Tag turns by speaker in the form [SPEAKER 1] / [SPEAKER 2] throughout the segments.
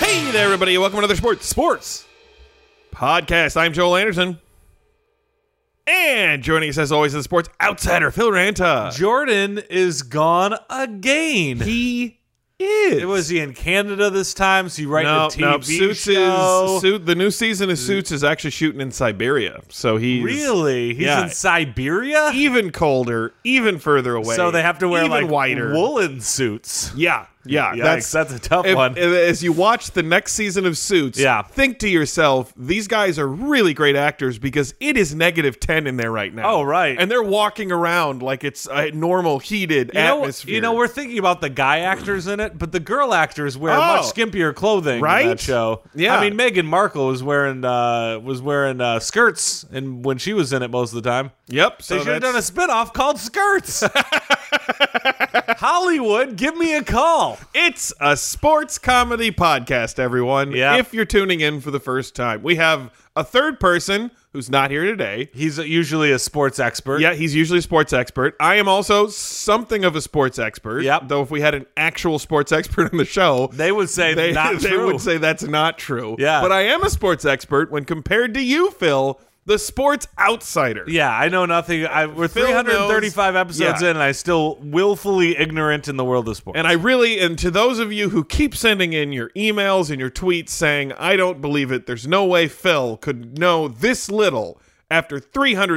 [SPEAKER 1] Hey there, everybody. Welcome to another Sports Sports Podcast. I'm Joel Anderson. And joining us, as always, is the sports outsider, Phil Ranta.
[SPEAKER 2] Jordan is gone again.
[SPEAKER 1] He is.
[SPEAKER 2] it was he in Canada this time? So you write
[SPEAKER 1] no,
[SPEAKER 2] the TV
[SPEAKER 1] no. Suits
[SPEAKER 2] show?
[SPEAKER 1] is suit. The new season of Suits is actually shooting in Siberia, so he's
[SPEAKER 2] really? He's
[SPEAKER 1] Yeah.
[SPEAKER 2] in Siberia,
[SPEAKER 1] even colder, even further away.
[SPEAKER 2] so they have to wear
[SPEAKER 1] even
[SPEAKER 2] like
[SPEAKER 1] wider.
[SPEAKER 2] woolen suits.
[SPEAKER 1] Yeah, yeah.
[SPEAKER 2] Yikes,
[SPEAKER 1] that's
[SPEAKER 2] that's a tough
[SPEAKER 1] if-
[SPEAKER 2] one.
[SPEAKER 1] As you watch the next season of Suits,
[SPEAKER 2] Yeah.
[SPEAKER 1] think to yourself, these guys are really great actors because it is negative 10 in there right now.
[SPEAKER 2] Oh, right.
[SPEAKER 1] And they're walking around like it's a normal heated
[SPEAKER 2] you know,
[SPEAKER 1] atmosphere.
[SPEAKER 2] you know, we're thinking about the guy actors in it, but the girl actors wear
[SPEAKER 1] Oh.
[SPEAKER 2] much skimpier clothing
[SPEAKER 1] Right?
[SPEAKER 2] in that show.
[SPEAKER 1] Yeah.
[SPEAKER 2] I mean, Meghan Markle was wearing uh, was wearing uh, skirts, and when she was in it most of the time.
[SPEAKER 1] Yep. So
[SPEAKER 2] They should have done a
[SPEAKER 1] that's-
[SPEAKER 2] spinoff called Skirts. Hollywood, give me a call.
[SPEAKER 1] It's a sports comedy podcast, everyone.
[SPEAKER 2] Yeah.
[SPEAKER 1] If you're tuning in for the first time, we have a third person who's not here today.
[SPEAKER 2] He's usually a sports expert.
[SPEAKER 1] Yeah, he's usually a sports expert. I am also something of a sports expert.
[SPEAKER 2] Yep.
[SPEAKER 1] Though if we had an actual sports expert on the show,
[SPEAKER 2] They would say
[SPEAKER 1] they,
[SPEAKER 2] not
[SPEAKER 1] they
[SPEAKER 2] true.
[SPEAKER 1] would say that's not true.
[SPEAKER 2] Yeah.
[SPEAKER 1] But I am a sports expert when compared to you, Phil, the sports outsider.
[SPEAKER 2] yeah, I know nothing. I, we're
[SPEAKER 1] Phil
[SPEAKER 2] 335
[SPEAKER 1] knows-
[SPEAKER 2] episodes
[SPEAKER 1] yeah.
[SPEAKER 2] in, and I still willfully ignorant in the world of sports.
[SPEAKER 1] And I really, and to those of you who keep sending in your emails and your tweets saying, I don't believe it, there's no way Phil could know this little after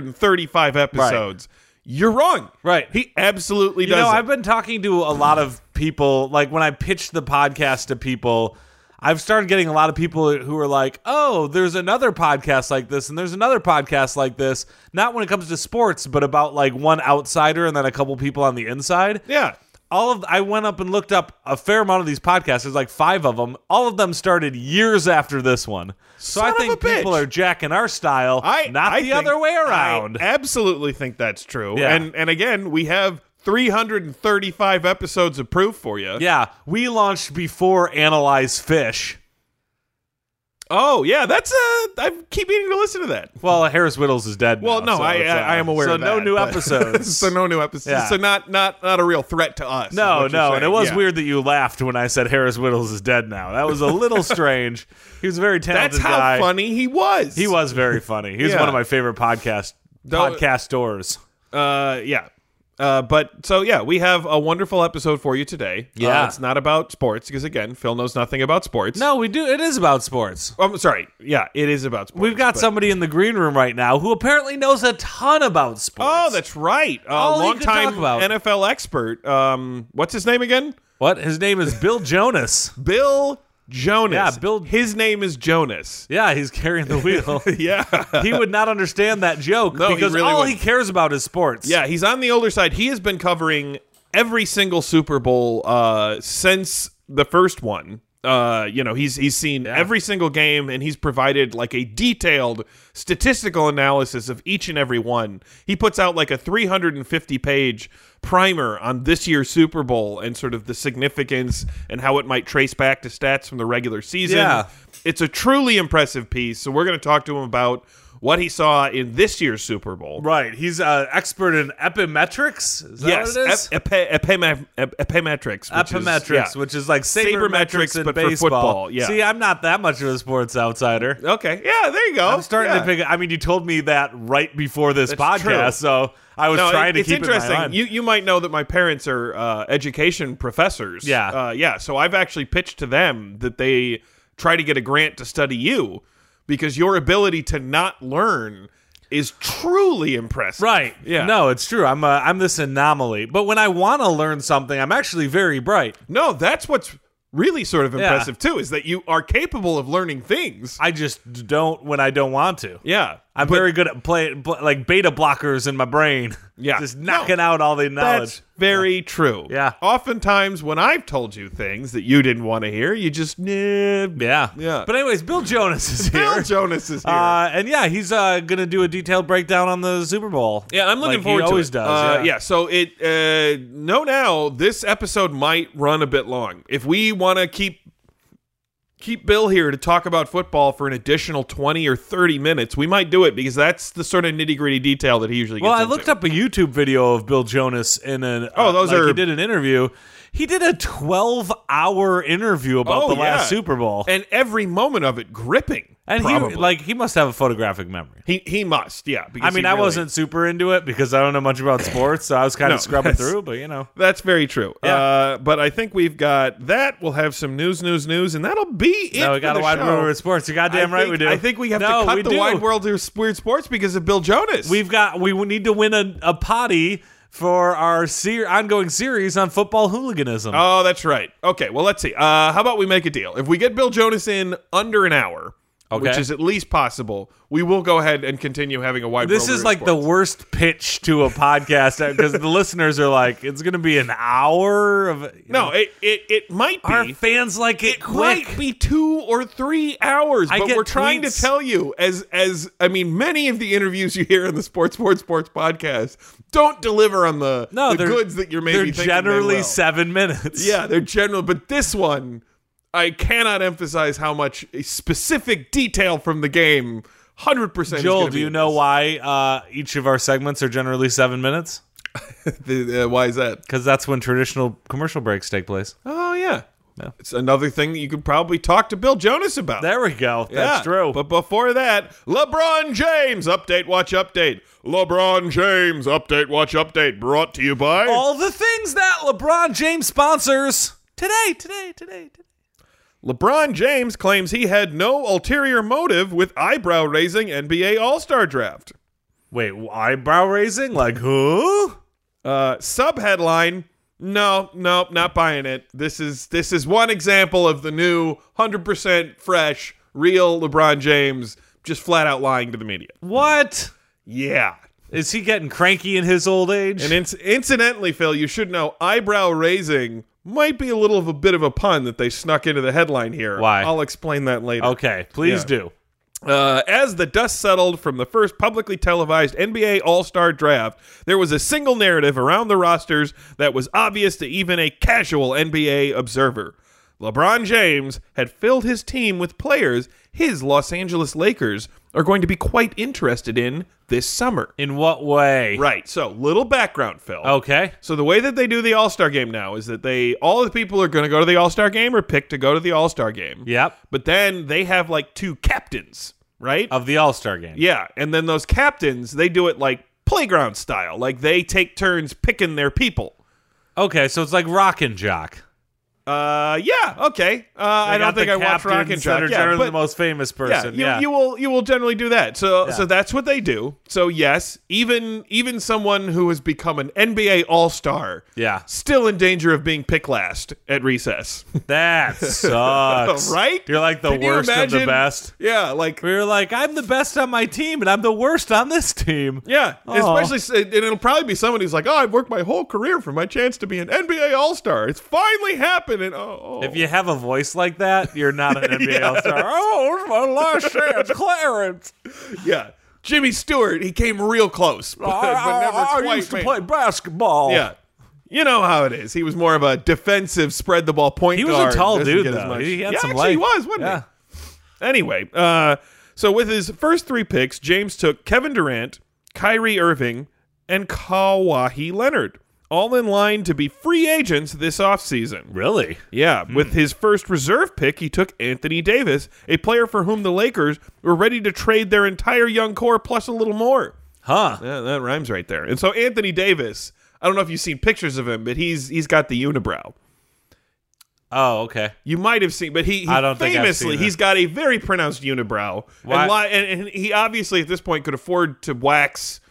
[SPEAKER 1] 335 episodes, you're wrong.
[SPEAKER 2] Right.
[SPEAKER 1] He absolutely
[SPEAKER 2] you
[SPEAKER 1] does.
[SPEAKER 2] know,
[SPEAKER 1] it.
[SPEAKER 2] I've been talking to a lot of people. Like when I pitched the podcast to people, I've started getting a lot of people who are like, "Oh, there's another podcast like this, and there's another podcast like this." Not when it comes to sports, but about like one outsider and then a couple people on the inside.
[SPEAKER 1] yeah.
[SPEAKER 2] All of I went up and looked up a fair amount of these podcasts. There's like five of them. All of them started years after this one. So
[SPEAKER 1] Son
[SPEAKER 2] I
[SPEAKER 1] of
[SPEAKER 2] think
[SPEAKER 1] a bitch.
[SPEAKER 2] people are jacking our style,
[SPEAKER 1] I
[SPEAKER 2] not
[SPEAKER 1] I
[SPEAKER 2] the
[SPEAKER 1] think-
[SPEAKER 2] other way around.
[SPEAKER 1] I absolutely think that's true.
[SPEAKER 2] Yeah.
[SPEAKER 1] And and again, we have 335 episodes of proof for you.
[SPEAKER 2] yeah, we launched before Analyze Fish.
[SPEAKER 1] Oh yeah, that's uh, I keep meaning to listen to that.
[SPEAKER 2] Well, Harris Whittles is dead.
[SPEAKER 1] Well,
[SPEAKER 2] now,
[SPEAKER 1] no,
[SPEAKER 2] so
[SPEAKER 1] I,
[SPEAKER 2] it's, uh,
[SPEAKER 1] I I am aware.
[SPEAKER 2] So
[SPEAKER 1] of
[SPEAKER 2] no
[SPEAKER 1] that,
[SPEAKER 2] new
[SPEAKER 1] but-
[SPEAKER 2] episodes.
[SPEAKER 1] so no new episodes.
[SPEAKER 2] Yeah.
[SPEAKER 1] So not not not a real threat to us. is
[SPEAKER 2] no,
[SPEAKER 1] what you're
[SPEAKER 2] no, and it
[SPEAKER 1] saying.
[SPEAKER 2] was
[SPEAKER 1] Yeah.
[SPEAKER 2] weird that you laughed when I said Harris Whittles is dead now. That was a little strange. He was a very talented
[SPEAKER 1] That's how
[SPEAKER 2] guy.
[SPEAKER 1] funny he was.
[SPEAKER 2] He was very funny. He was
[SPEAKER 1] Yeah.
[SPEAKER 2] one of my favorite podcast
[SPEAKER 1] Though-
[SPEAKER 2] podcastors.
[SPEAKER 1] Uh, yeah. Uh, but so yeah, we have a wonderful episode for you today.
[SPEAKER 2] Yeah.
[SPEAKER 1] uh, it's not about sports because again, Phil knows nothing about sports.
[SPEAKER 2] No, we do. It is about sports.
[SPEAKER 1] I'm sorry. Yeah, it is about sports.
[SPEAKER 2] We've got
[SPEAKER 1] but-
[SPEAKER 2] somebody in the green room right now who apparently knows a ton about sports.
[SPEAKER 1] Oh, that's right. A
[SPEAKER 2] All he
[SPEAKER 1] long
[SPEAKER 2] could talk
[SPEAKER 1] time
[SPEAKER 2] about.
[SPEAKER 1] NFL expert. Um, what's his name again?
[SPEAKER 2] what his name is Bill Jonas.
[SPEAKER 1] Bill Jonas.
[SPEAKER 2] Yeah, Bill-
[SPEAKER 1] His name is Jonas.
[SPEAKER 2] Yeah, he's carrying the wheel.
[SPEAKER 1] Yeah.
[SPEAKER 2] he would not understand that joke
[SPEAKER 1] No, he
[SPEAKER 2] because
[SPEAKER 1] really
[SPEAKER 2] all
[SPEAKER 1] wouldn't.
[SPEAKER 2] he cares about is sports.
[SPEAKER 1] Yeah, he's on the older side. He has been covering every single Super Bowl uh, since the first one. Uh, you know, he's he's seen every single game, and he's provided like a detailed statistical analysis of each and every one. He puts out like a 350 page primer on this year's Super Bowl and sort of the significance and how it might trace back to stats from the regular season.
[SPEAKER 2] Yeah.
[SPEAKER 1] It's a truly impressive piece. So we're going to talk to him about what he saw in this year's Super Bowl.
[SPEAKER 2] Right. He's an expert in epimetrics. Is that
[SPEAKER 1] Yes,
[SPEAKER 2] what it is?
[SPEAKER 1] ep- epi- epima- ep- epimetrics. Which
[SPEAKER 2] epimetrics,
[SPEAKER 1] Is, yeah.
[SPEAKER 2] which is like
[SPEAKER 1] Sabermetrics,
[SPEAKER 2] sabermetrics, in
[SPEAKER 1] but for
[SPEAKER 2] baseball.
[SPEAKER 1] football, yeah.
[SPEAKER 2] See, I'm not that much of a sports outsider.
[SPEAKER 1] okay. Yeah, there you go.
[SPEAKER 2] I'm starting
[SPEAKER 1] Yeah.
[SPEAKER 2] to pick. I mean, you told me that right before this
[SPEAKER 1] That's
[SPEAKER 2] podcast,
[SPEAKER 1] true.
[SPEAKER 2] so I was
[SPEAKER 1] No,
[SPEAKER 2] trying
[SPEAKER 1] it-
[SPEAKER 2] to
[SPEAKER 1] it's
[SPEAKER 2] keep
[SPEAKER 1] interesting.
[SPEAKER 2] it in my line.
[SPEAKER 1] You you might know that my parents are uh, education professors.
[SPEAKER 2] Yeah.
[SPEAKER 1] uh, yeah. So I've actually pitched to them that they try to get a grant to study you because your ability to not learn is truly impressive.
[SPEAKER 2] right?
[SPEAKER 1] Yeah.
[SPEAKER 2] No, it's true. I'm a, I'm this anomaly. But when I want to learn something, I'm actually very bright.
[SPEAKER 1] No, that's what's really sort of
[SPEAKER 2] Yeah.
[SPEAKER 1] impressive too is that you are capable of learning things.
[SPEAKER 2] I just don't when I don't want to.
[SPEAKER 1] yeah.
[SPEAKER 2] I'm very good at play bl- like beta blockers in my brain.
[SPEAKER 1] Yeah.
[SPEAKER 2] just
[SPEAKER 1] No.
[SPEAKER 2] knocking out all the knowledge.
[SPEAKER 1] That's very true.
[SPEAKER 2] Yeah.
[SPEAKER 1] Oftentimes, when I've told you things that you didn't want to hear, you just nah.
[SPEAKER 2] Yeah.
[SPEAKER 1] Yeah.
[SPEAKER 2] But anyways, Bill Jonas is here.
[SPEAKER 1] Bill Jonas is here.
[SPEAKER 2] Uh, and yeah, he's uh, gonna do a detailed breakdown on the Super Bowl.
[SPEAKER 1] yeah, I'm looking
[SPEAKER 2] like
[SPEAKER 1] forward
[SPEAKER 2] he always
[SPEAKER 1] to it.
[SPEAKER 2] does.
[SPEAKER 1] Uh,
[SPEAKER 2] yeah.
[SPEAKER 1] So it uh, no now this episode might run a bit long if we want to keep keep Bill here to talk about football for an additional 20 or 30 minutes, we might do it because that's the sort of nitty gritty detail that he usually gets
[SPEAKER 2] Well, I
[SPEAKER 1] into.
[SPEAKER 2] looked up a YouTube video of Bill Jonas in an.
[SPEAKER 1] Oh, those
[SPEAKER 2] like
[SPEAKER 1] are-
[SPEAKER 2] He did an interview. He did a 12 hour interview about
[SPEAKER 1] Oh,
[SPEAKER 2] the last
[SPEAKER 1] yeah.
[SPEAKER 2] Super Bowl.
[SPEAKER 1] And every moment of it gripping.
[SPEAKER 2] And
[SPEAKER 1] probably.
[SPEAKER 2] he like he must have a photographic memory.
[SPEAKER 1] He he must, yeah. Because
[SPEAKER 2] I mean,
[SPEAKER 1] he
[SPEAKER 2] I
[SPEAKER 1] really-
[SPEAKER 2] wasn't super into it because I don't know much about sports, so I was kind
[SPEAKER 1] No,
[SPEAKER 2] of scrubbing
[SPEAKER 1] that's-
[SPEAKER 2] through. But you know,
[SPEAKER 1] That's very true.
[SPEAKER 2] Yeah.
[SPEAKER 1] Uh, but I think we've got that. We'll have some news, news, news, and that'll be it.
[SPEAKER 2] no,
[SPEAKER 1] for
[SPEAKER 2] we got
[SPEAKER 1] the
[SPEAKER 2] a wide
[SPEAKER 1] show.
[SPEAKER 2] world of sports. You're goddamn
[SPEAKER 1] I
[SPEAKER 2] right,
[SPEAKER 1] think-
[SPEAKER 2] we do.
[SPEAKER 1] I think we have
[SPEAKER 2] No,
[SPEAKER 1] to cut
[SPEAKER 2] we
[SPEAKER 1] the
[SPEAKER 2] do.
[SPEAKER 1] wide world of weird sports because of Bill Jonas.
[SPEAKER 2] We've got we need to win a, a potty for our ser- ongoing series on football hooliganism.
[SPEAKER 1] Oh, that's right. Okay, well, let's see. Uh, how about we make a deal? If we get Bill Jonas in under an hour, which
[SPEAKER 2] Okay.
[SPEAKER 1] is at least possible, we will go ahead and continue having a wide.
[SPEAKER 2] This is like the worst pitch to a podcast because the listeners are like, it's going to be an hour of you know,
[SPEAKER 1] no. It it, it might be.
[SPEAKER 2] Our fans like it, quick.
[SPEAKER 1] might be two or three hours,
[SPEAKER 2] I
[SPEAKER 1] but
[SPEAKER 2] get
[SPEAKER 1] we're trying to
[SPEAKER 2] tweets.
[SPEAKER 1] tell you, as as I mean, many of the interviews you hear in the Sports Sports Sports podcast don't deliver on the,
[SPEAKER 2] no,
[SPEAKER 1] the
[SPEAKER 2] they're,
[SPEAKER 1] goods that you're maybe
[SPEAKER 2] they're
[SPEAKER 1] thinking they
[SPEAKER 2] generally
[SPEAKER 1] will.
[SPEAKER 2] seven minutes.
[SPEAKER 1] Yeah, they're general, but this one, I cannot emphasize how much specific detail from the game. Hundred percent.
[SPEAKER 2] Joel, do you know why uh, each of our segments are generally seven minutes?
[SPEAKER 1] The, uh, why is that?
[SPEAKER 2] Because that's when traditional commercial breaks take place.
[SPEAKER 1] Oh yeah.
[SPEAKER 2] No.
[SPEAKER 1] it's another thing that you could probably talk to Bill Jonas about.
[SPEAKER 2] There we go.
[SPEAKER 1] Yeah,
[SPEAKER 2] That's true.
[SPEAKER 1] But before that, LeBron James update. Watch update. LeBron James update. Watch update. Brought to you by.
[SPEAKER 2] All the things that LeBron James sponsors today, today, today, today.
[SPEAKER 1] LeBron James claims he had no ulterior motive with eyebrow raising NBA All Star draft.
[SPEAKER 2] Wait, eyebrow raising? Like, huh?
[SPEAKER 1] Uh, sub headline. No, no, not buying it. This is this is one example of the new 100% fresh, real LeBron James just flat out lying to the media.
[SPEAKER 2] What?
[SPEAKER 1] Yeah.
[SPEAKER 2] Is he getting cranky in his old age?
[SPEAKER 1] And inc- incidentally, Phil, you should know eyebrow raising might be a little of a bit of a pun that they snuck into the headline here.
[SPEAKER 2] Why?
[SPEAKER 1] I'll explain that later.
[SPEAKER 2] okay, please
[SPEAKER 1] Yeah.
[SPEAKER 2] do.
[SPEAKER 1] Uh, as the dust settled from the first publicly televised NBA All Star draft, there was a single narrative around the rosters that was obvious to even a casual NBA observer. LeBron James had filled his team with players his Los Angeles Lakers are going to be quite interested in this summer.
[SPEAKER 2] In what way?
[SPEAKER 1] Right, so little background, Phil.
[SPEAKER 2] Okay.
[SPEAKER 1] So the way that they do the All Star game now is that they all the people are going to go to the All Star game or pick to go to the All Star game.
[SPEAKER 2] Yep.
[SPEAKER 1] But then they have like two captains, right?
[SPEAKER 2] Of the All Star game.
[SPEAKER 1] yeah, and then those captains they do it like playground style, like they take turns picking their people.
[SPEAKER 2] Okay, so it's like Rock and Jock.
[SPEAKER 1] Uh, yeah, okay. Uh, I don't think I watched Rock and Jock.
[SPEAKER 2] That are
[SPEAKER 1] Yeah,
[SPEAKER 2] generally
[SPEAKER 1] but-
[SPEAKER 2] the most famous person.
[SPEAKER 1] you, you will you will generally do that. So so that's what they do. So yes, even even someone who has become an NBA All Star,
[SPEAKER 2] Yeah.
[SPEAKER 1] still in danger of being picked last at recess,
[SPEAKER 2] that sucks.
[SPEAKER 1] right?
[SPEAKER 2] You're like the
[SPEAKER 1] Can you
[SPEAKER 2] worst of the
[SPEAKER 1] imagine?
[SPEAKER 2] best.
[SPEAKER 1] Yeah, like
[SPEAKER 2] We were like, I'm the best on my team, and I'm the worst on this team.
[SPEAKER 1] yeah,
[SPEAKER 2] Aw.
[SPEAKER 1] especially and it'll probably be someone who's like, oh, I've worked my whole career for my chance to be an NBA All Star. It's finally happened, and oh, oh.
[SPEAKER 2] If you have a voice like that, you're not an NBA All Star. Oh, it's my last chance, Clarence.
[SPEAKER 1] yeah. Jimmy Stewart, he came real close, but, but never quite made it.
[SPEAKER 2] basketball.
[SPEAKER 1] Yeah. You know how it is. He was more of a defensive, spread the ball point
[SPEAKER 2] He was
[SPEAKER 1] guard.
[SPEAKER 2] a tall
[SPEAKER 1] Doesn't
[SPEAKER 2] dude,
[SPEAKER 1] get as
[SPEAKER 2] though.
[SPEAKER 1] much-
[SPEAKER 2] He had
[SPEAKER 1] yeah,
[SPEAKER 2] some
[SPEAKER 1] actually, he
[SPEAKER 2] length.
[SPEAKER 1] was, wasn't
[SPEAKER 2] Yeah.
[SPEAKER 1] he? Anyway, uh, so with his first three picks, James took Kevin Durant, Kyrie Irving, and Kawhi Leonard, all in line to be free agents this offseason.
[SPEAKER 2] Really?
[SPEAKER 1] Yeah, with his first reserve pick, he took Anthony Davis, a player for whom the Lakers were ready to trade their entire young core plus a little more.
[SPEAKER 2] Huh.
[SPEAKER 1] Yeah, that rhymes right there. And so Anthony Davis, I don't know if you've seen pictures of him, but he's he's got the unibrow.
[SPEAKER 2] Oh, okay.
[SPEAKER 1] You might have seen, but he, he
[SPEAKER 2] I don't think I've
[SPEAKER 1] famously
[SPEAKER 2] seen it.
[SPEAKER 1] he's got a very pronounced unibrow,
[SPEAKER 2] Why-
[SPEAKER 1] and, li- and, and he obviously at this point could afford to wax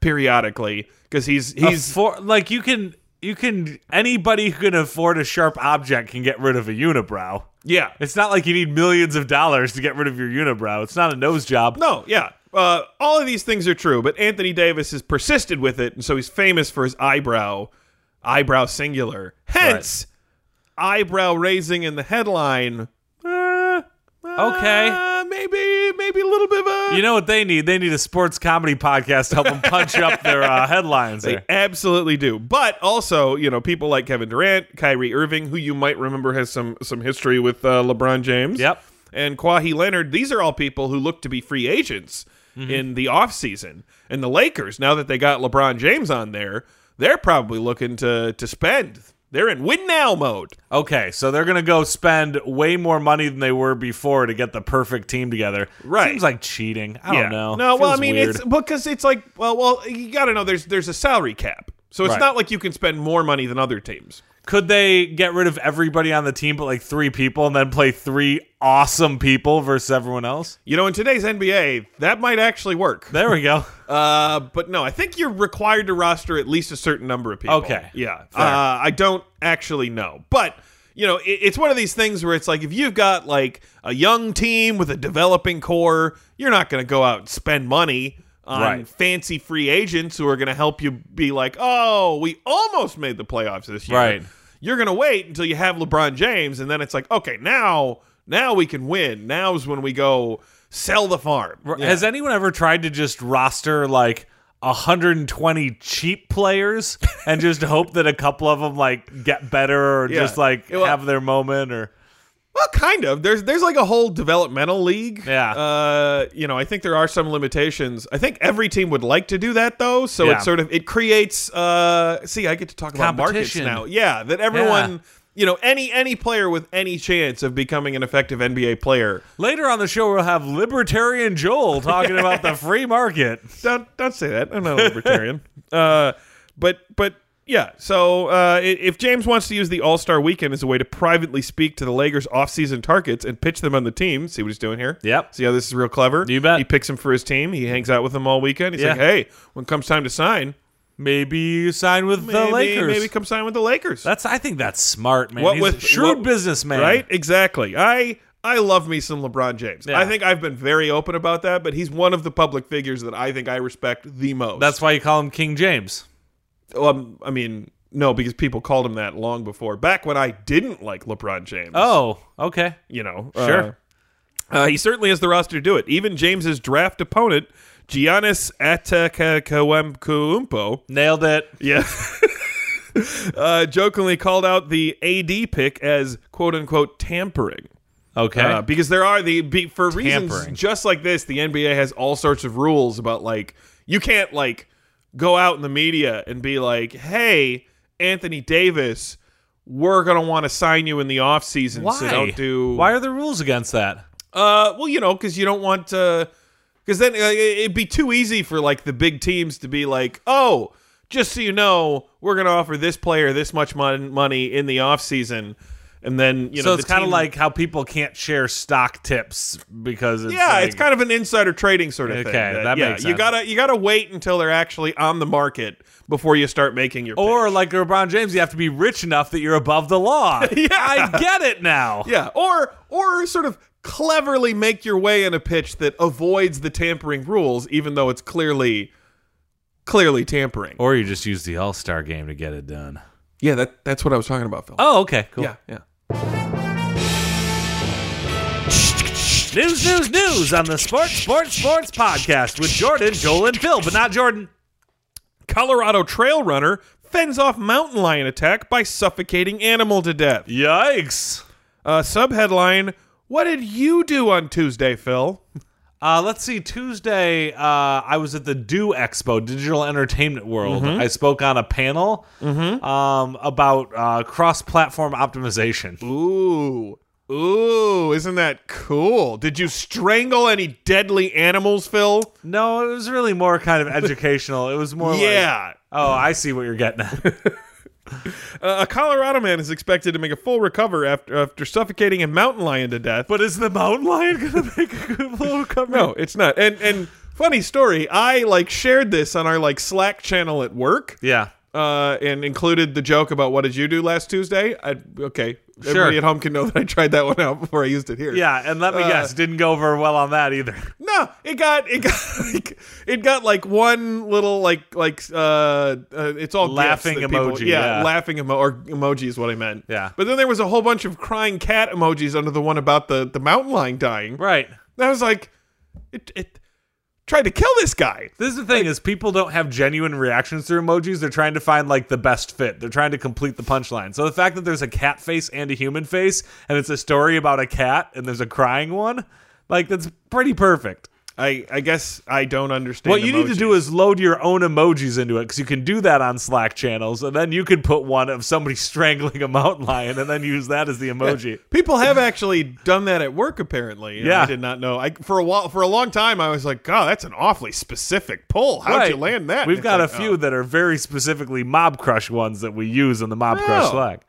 [SPEAKER 1] periodically because he's
[SPEAKER 2] He's
[SPEAKER 1] he's
[SPEAKER 2] for like you can you can anybody who can afford a sharp object can get rid of a unibrow.
[SPEAKER 1] yeah
[SPEAKER 2] It's not like you need millions of dollars to get rid of your unibrow. It's not a nose job.
[SPEAKER 1] no yeah uh, all of these things are true, but Anthony Davis has persisted with it, and so he's famous for his eyebrow, eyebrow singular. Hence, eyebrow raising in the headline. Uh,
[SPEAKER 2] Okay.
[SPEAKER 1] Uh, maybe maybe a little bit of a
[SPEAKER 2] You know what they need? They need a sports comedy podcast to help them punch up their uh, headlines.
[SPEAKER 1] they
[SPEAKER 2] There.
[SPEAKER 1] absolutely do. But also, you know, people like Kevin Durant, Kyrie Irving, who you might remember has some some history with uh, LeBron James.
[SPEAKER 2] Yep.
[SPEAKER 1] and Kawhi Leonard, these are all people who look to be free agents
[SPEAKER 2] Mm-hmm.
[SPEAKER 1] in the offseason. And the Lakers, now that they got LeBron James on there, they're probably looking to to spend. They're in win now mode.
[SPEAKER 2] Okay, so they're gonna go spend way more money than they were before to get the perfect team together.
[SPEAKER 1] Right.
[SPEAKER 2] Seems like cheating. I don't know.
[SPEAKER 1] No, well,
[SPEAKER 2] Feels
[SPEAKER 1] I mean,
[SPEAKER 2] weird.
[SPEAKER 1] it's because it's like, well, well, you got to know there's there's a salary cap, so it's
[SPEAKER 2] Right.
[SPEAKER 1] not like you can spend more money than other teams.
[SPEAKER 2] could they get rid of everybody on the team but like three people and then play three awesome people versus everyone else?
[SPEAKER 1] You know, in today's NBA, that might actually work.
[SPEAKER 2] There we go.
[SPEAKER 1] Uh, but no, I think you're required to roster at least a certain number of people.
[SPEAKER 2] Okay.
[SPEAKER 1] Yeah.
[SPEAKER 2] Fair.
[SPEAKER 1] Uh, I don't actually know, but you know, it, it's one of these things where it's like if you've got like a young team with a developing core, you're not going to go out and spend money on
[SPEAKER 2] Right.
[SPEAKER 1] fancy free agents who are going to help you be like, oh, we almost made the playoffs this year.
[SPEAKER 2] Right.
[SPEAKER 1] You're going to wait until you have LeBron James, and then it's like, okay, now now we can win. Now's when we go sell the farm. Yeah.
[SPEAKER 2] Has anyone ever tried to just roster like 120 cheap players and just hope that a couple of them like get better or
[SPEAKER 1] Yeah.
[SPEAKER 2] just like
[SPEAKER 1] Well-
[SPEAKER 2] have their moment or
[SPEAKER 1] Well, kind of. There's there's like a whole developmental league.
[SPEAKER 2] Yeah.
[SPEAKER 1] Uh, you know, I think there are some limitations. I think every team would like to do that though. So
[SPEAKER 2] Yeah.
[SPEAKER 1] it sort of it creates. Uh, see, I get to talk about markets
[SPEAKER 2] Competition.
[SPEAKER 1] now. Yeah, that everyone.
[SPEAKER 2] Yeah.
[SPEAKER 1] You know, any any player with any chance of becoming an effective NBA player.
[SPEAKER 2] later on the show we'll have libertarian Joel talking about the free market.
[SPEAKER 1] Don't don't say that. I'm not a libertarian. uh, but but yeah. So uh, i- if James wants to use the All Star Weekend as a way to privately speak to the Lakers' offseason targets and pitch them on the team, see what he's doing here.
[SPEAKER 2] Yep.
[SPEAKER 1] See how this is real clever.
[SPEAKER 2] You bet.
[SPEAKER 1] He picks him for his team. He hangs out with them all weekend. He's
[SPEAKER 2] Yeah.
[SPEAKER 1] like, hey, when it comes time to sign,
[SPEAKER 2] Maybe you sign with
[SPEAKER 1] maybe,
[SPEAKER 2] the Lakers.
[SPEAKER 1] maybe come sign with the Lakers.
[SPEAKER 2] That's I think that's smart, man.
[SPEAKER 1] What
[SPEAKER 2] He's
[SPEAKER 1] with-
[SPEAKER 2] a shrewd
[SPEAKER 1] what-
[SPEAKER 2] businessman.
[SPEAKER 1] right? Exactly. I I love me some LeBron James.
[SPEAKER 2] Yeah.
[SPEAKER 1] I think I've been very open about that, but he's one of the public figures that I think I respect the most.
[SPEAKER 2] That's why you call him King James.
[SPEAKER 1] um, I mean, no, because people called him that long before. Back when I didn't like LeBron James.
[SPEAKER 2] Oh, okay.
[SPEAKER 1] you know.
[SPEAKER 2] Sure.
[SPEAKER 1] uh, uh, he certainly has the roster to do it. Even James's draft opponent, Giannis Antetokounmpo,
[SPEAKER 2] Nailed it.
[SPEAKER 1] yeah, uh, jokingly called out the AD pick as "quote unquote" tampering.
[SPEAKER 2] Okay.
[SPEAKER 1] Uh, because there are the be, for
[SPEAKER 2] Tampering.
[SPEAKER 1] reasons just like this, the NBA has all sorts of rules about like you can't like go out in the media and be like, "Hey, Anthony Davis, we're gonna want to sign you in the offseason,
[SPEAKER 2] why?
[SPEAKER 1] so don't do."
[SPEAKER 2] Why are there rules against that?
[SPEAKER 1] Uh, well, you know, because you don't want to, because then uh, it- it'd be too easy for like the big teams to be like, oh, just so you know, we're gonna offer this player this much mon- money in the off season, and then you know,
[SPEAKER 2] so it's
[SPEAKER 1] the
[SPEAKER 2] kind of
[SPEAKER 1] team-
[SPEAKER 2] like how people can't share stock tips because it's
[SPEAKER 1] yeah,
[SPEAKER 2] like-
[SPEAKER 1] it's kind of an insider trading sort of
[SPEAKER 2] Okay,
[SPEAKER 1] thing.
[SPEAKER 2] that
[SPEAKER 1] yeah,
[SPEAKER 2] makes
[SPEAKER 1] you
[SPEAKER 2] sense.
[SPEAKER 1] gotta you gotta wait until they're actually on the market before you start making your
[SPEAKER 2] or like LeBron James, you have to be rich enough that you're above the law.
[SPEAKER 1] Yeah.
[SPEAKER 2] I get it now.
[SPEAKER 1] pick. yeah, or or sort of cleverly make your way in a pitch that avoids the tampering rules, even though it's clearly clearly tampering.
[SPEAKER 2] Or you just use the All Star game to get it done.
[SPEAKER 1] Yeah, that that's what I was talking about, Phil.
[SPEAKER 2] Oh, okay, cool.
[SPEAKER 1] yeah.
[SPEAKER 2] News, news, news on the Sports, Sports, Sports podcast with Jordan, Joel, and Phil, but not Jordan.
[SPEAKER 1] Colorado trail runner fends off mountain lion attack by suffocating animal to death.
[SPEAKER 2] Yikes.
[SPEAKER 1] Uh, subheadline: What did you do on Tuesday, Phil?
[SPEAKER 2] Uh, let's see. Tuesday, uh, I was at the Do Expo, Digital Entertainment World. I spoke on a panel um, about uh, cross-platform optimization.
[SPEAKER 1] Ooh, ooh, isn't that cool? Did you strangle any deadly animals, Phil?
[SPEAKER 2] No, it was really more kind of educational. It was more like,
[SPEAKER 1] yeah.
[SPEAKER 2] oh, I see what you're getting at.
[SPEAKER 1] Uh, a Colorado man is expected to make a full recover after after suffocating a mountain lion to death.
[SPEAKER 2] but is the mountain lion going to make a good little comeback?
[SPEAKER 1] No, it's not. And and funny story, I like shared this on our like Slack channel at work.
[SPEAKER 2] Yeah.
[SPEAKER 1] uh, and included the joke about what did you do last Tuesday. I, okay, everybody at home can know that I tried that one out before I used it here.
[SPEAKER 2] Yeah, and let me
[SPEAKER 1] Uh,
[SPEAKER 2] guess, didn't go over well on that either.
[SPEAKER 1] no, it got it got like, it got like one little like like uh, uh it's all gifs
[SPEAKER 2] Laughing
[SPEAKER 1] that people-
[SPEAKER 2] emoji,
[SPEAKER 1] yeah,
[SPEAKER 2] yeah.
[SPEAKER 1] laughing emo- or emoji is what I meant.
[SPEAKER 2] Yeah.
[SPEAKER 1] but then there was a whole bunch of crying cat emojis under the one about the the mountain lion dying.
[SPEAKER 2] Right.
[SPEAKER 1] And I was like, it, it tried to kill this guy.
[SPEAKER 2] This is the thing is people don't have genuine reactions to emojis. They're trying to find like the best fit. They're trying to complete the punchline. So the fact that there's a cat face and a human face and it's a story about a cat and there's a crying one, like that's pretty perfect.
[SPEAKER 1] I, I guess I don't understand.
[SPEAKER 2] What you need to
[SPEAKER 1] emojis.
[SPEAKER 2] do is load your own emojis into it because you can do that on Slack channels, and then you could put one of somebody strangling a mountain lion and then use that as the emoji.
[SPEAKER 1] People have actually done that at work, apparently. and
[SPEAKER 2] Yeah.
[SPEAKER 1] I did not know. I for a while, for a long time, I was like, "God, that's an awfully specific pull. How'd you
[SPEAKER 2] Right.
[SPEAKER 1] land that?" And
[SPEAKER 2] We've
[SPEAKER 1] it's
[SPEAKER 2] got
[SPEAKER 1] like,
[SPEAKER 2] a few
[SPEAKER 1] oh,
[SPEAKER 2] that are very specifically Mob Crush ones that we use in the Mob Crush
[SPEAKER 1] Oh.
[SPEAKER 2] Slack.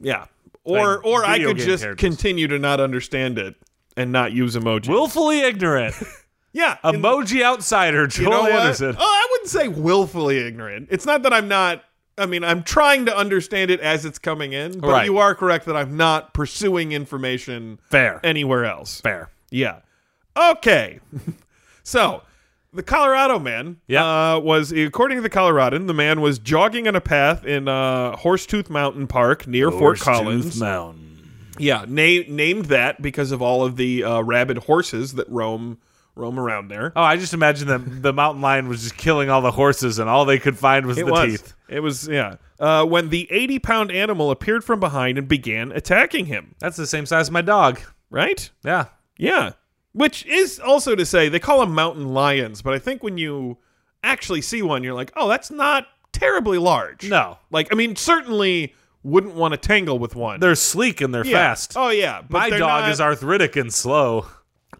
[SPEAKER 1] yeah, or
[SPEAKER 2] Like
[SPEAKER 1] or I
[SPEAKER 2] video
[SPEAKER 1] could
[SPEAKER 2] game
[SPEAKER 1] just
[SPEAKER 2] characters.
[SPEAKER 1] continue to not understand it and not use emoji.
[SPEAKER 2] Willfully ignorant.
[SPEAKER 1] yeah, in-
[SPEAKER 2] Emoji outsider Joel
[SPEAKER 1] you know what?
[SPEAKER 2] Anderson.
[SPEAKER 1] Oh, I wouldn't say willfully ignorant. It's not that I'm not. I mean, I'm trying to understand it as it's coming in, but
[SPEAKER 2] Right.
[SPEAKER 1] you are correct that I'm not pursuing information
[SPEAKER 2] Fair.
[SPEAKER 1] anywhere else.
[SPEAKER 2] Fair.
[SPEAKER 1] Yeah. Okay. so the Colorado man
[SPEAKER 2] Yeah.
[SPEAKER 1] uh, was, according to the Coloradan, the man was jogging on a path in uh, Horsetooth Mountain Park near Fort Collins.
[SPEAKER 2] Mountain.
[SPEAKER 1] yeah, na- named that because of all of the uh, rabid horses that roam roam around there.
[SPEAKER 2] Oh, I just imagine that the mountain lion was just killing all the horses, and all they could find was
[SPEAKER 1] it
[SPEAKER 2] the
[SPEAKER 1] was.
[SPEAKER 2] teeth.
[SPEAKER 1] It was. Yeah. Uh, when the eighty-pound animal appeared from behind and began attacking him.
[SPEAKER 2] That's the same size as my dog.
[SPEAKER 1] Right.
[SPEAKER 2] Yeah.
[SPEAKER 1] Yeah. Which is also to say, they call them mountain lions, but I think when you actually see one, you're like, oh, that's not terribly large.
[SPEAKER 2] No.
[SPEAKER 1] Like, I mean, certainly wouldn't want to tangle with one.
[SPEAKER 2] They're sleek and they're
[SPEAKER 1] Yeah.
[SPEAKER 2] fast.
[SPEAKER 1] Oh, yeah. But
[SPEAKER 2] my
[SPEAKER 1] they're
[SPEAKER 2] dog
[SPEAKER 1] not-
[SPEAKER 2] is arthritic and slow.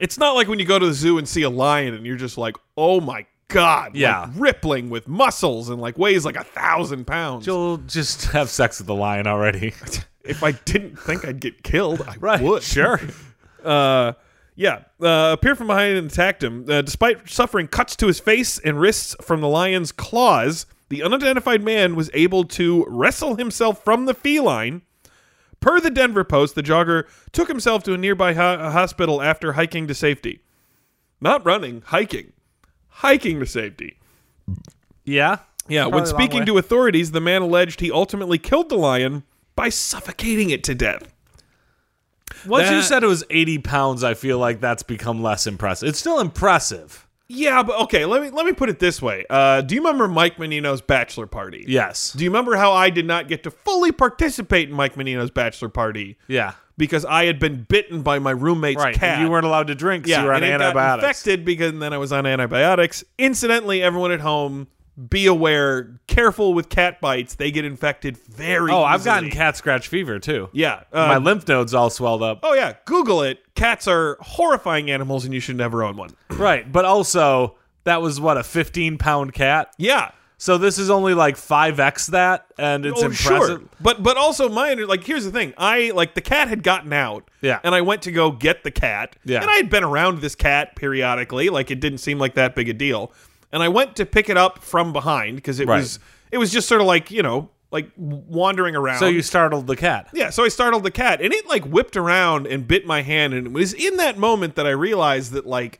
[SPEAKER 1] It's not like when you go to the zoo and see a lion and you're just like, oh my God. like,
[SPEAKER 2] Yeah.
[SPEAKER 1] rippling with muscles and like weighs like a thousand pounds.
[SPEAKER 2] You'll just have sex with the lion already.
[SPEAKER 1] if I didn't think I'd get killed, I
[SPEAKER 2] Right.
[SPEAKER 1] would.
[SPEAKER 2] Sure.
[SPEAKER 1] Uh, yeah, uh, appeared from behind and attacked him. Uh, despite suffering cuts to his face and wrists from the lion's claws, the unidentified man was able to wrestle himself from the feline. Per the Denver Post, the jogger took himself to a nearby ho- a hospital after hiking to safety. Not running, hiking. Hiking to safety.
[SPEAKER 2] Yeah.
[SPEAKER 1] Yeah,
[SPEAKER 2] Probably
[SPEAKER 1] when
[SPEAKER 2] a long
[SPEAKER 1] speaking
[SPEAKER 2] way.
[SPEAKER 1] to authorities, the man alleged he ultimately killed the lion by suffocating it to death.
[SPEAKER 2] Once you
[SPEAKER 1] That-
[SPEAKER 2] said it was 80 pounds, I feel like that's become less impressive. It's still impressive.
[SPEAKER 1] Yeah, but okay, let me let me put it this way. Uh, do you remember Mike Menino's bachelor party?
[SPEAKER 2] Yes.
[SPEAKER 1] Do you remember how I did not get to fully participate in Mike Menino's bachelor party
[SPEAKER 2] Yeah.
[SPEAKER 1] because I had been bitten by my roommate's
[SPEAKER 2] Right.
[SPEAKER 1] cat?
[SPEAKER 2] and You weren't allowed to drink, so
[SPEAKER 1] yeah,
[SPEAKER 2] you were on
[SPEAKER 1] and it got
[SPEAKER 2] antibiotics.
[SPEAKER 1] infected because and then I was on antibiotics. Incidentally, everyone at home, be aware, careful with cat bites. They get infected very.
[SPEAKER 2] oh, I've gotten
[SPEAKER 1] easily.
[SPEAKER 2] cat scratch fever too.
[SPEAKER 1] yeah.
[SPEAKER 2] My
[SPEAKER 1] Uh,
[SPEAKER 2] lymph nodes all swelled up.
[SPEAKER 1] oh yeah, Google it. Cats are horrifying animals, and you should never own one.
[SPEAKER 2] Right. But also, that was what, a 15 pound cat?
[SPEAKER 1] Yeah.
[SPEAKER 2] So this is only like 5x that, and it's
[SPEAKER 1] oh,
[SPEAKER 2] impressive.
[SPEAKER 1] Sure. But but also my under like here's the thing. I like the cat had gotten out.
[SPEAKER 2] Yeah.
[SPEAKER 1] And I went to go get the cat.
[SPEAKER 2] Yeah.
[SPEAKER 1] And I had been around this cat periodically. Like it didn't seem like that big a deal. And I went to pick it up from behind because it
[SPEAKER 2] Right.
[SPEAKER 1] was it was just sort of like, you know, like wandering around.
[SPEAKER 2] So you startled the cat.
[SPEAKER 1] Yeah, so I startled the cat and it like whipped around and bit my hand and it was in that moment that I realized that like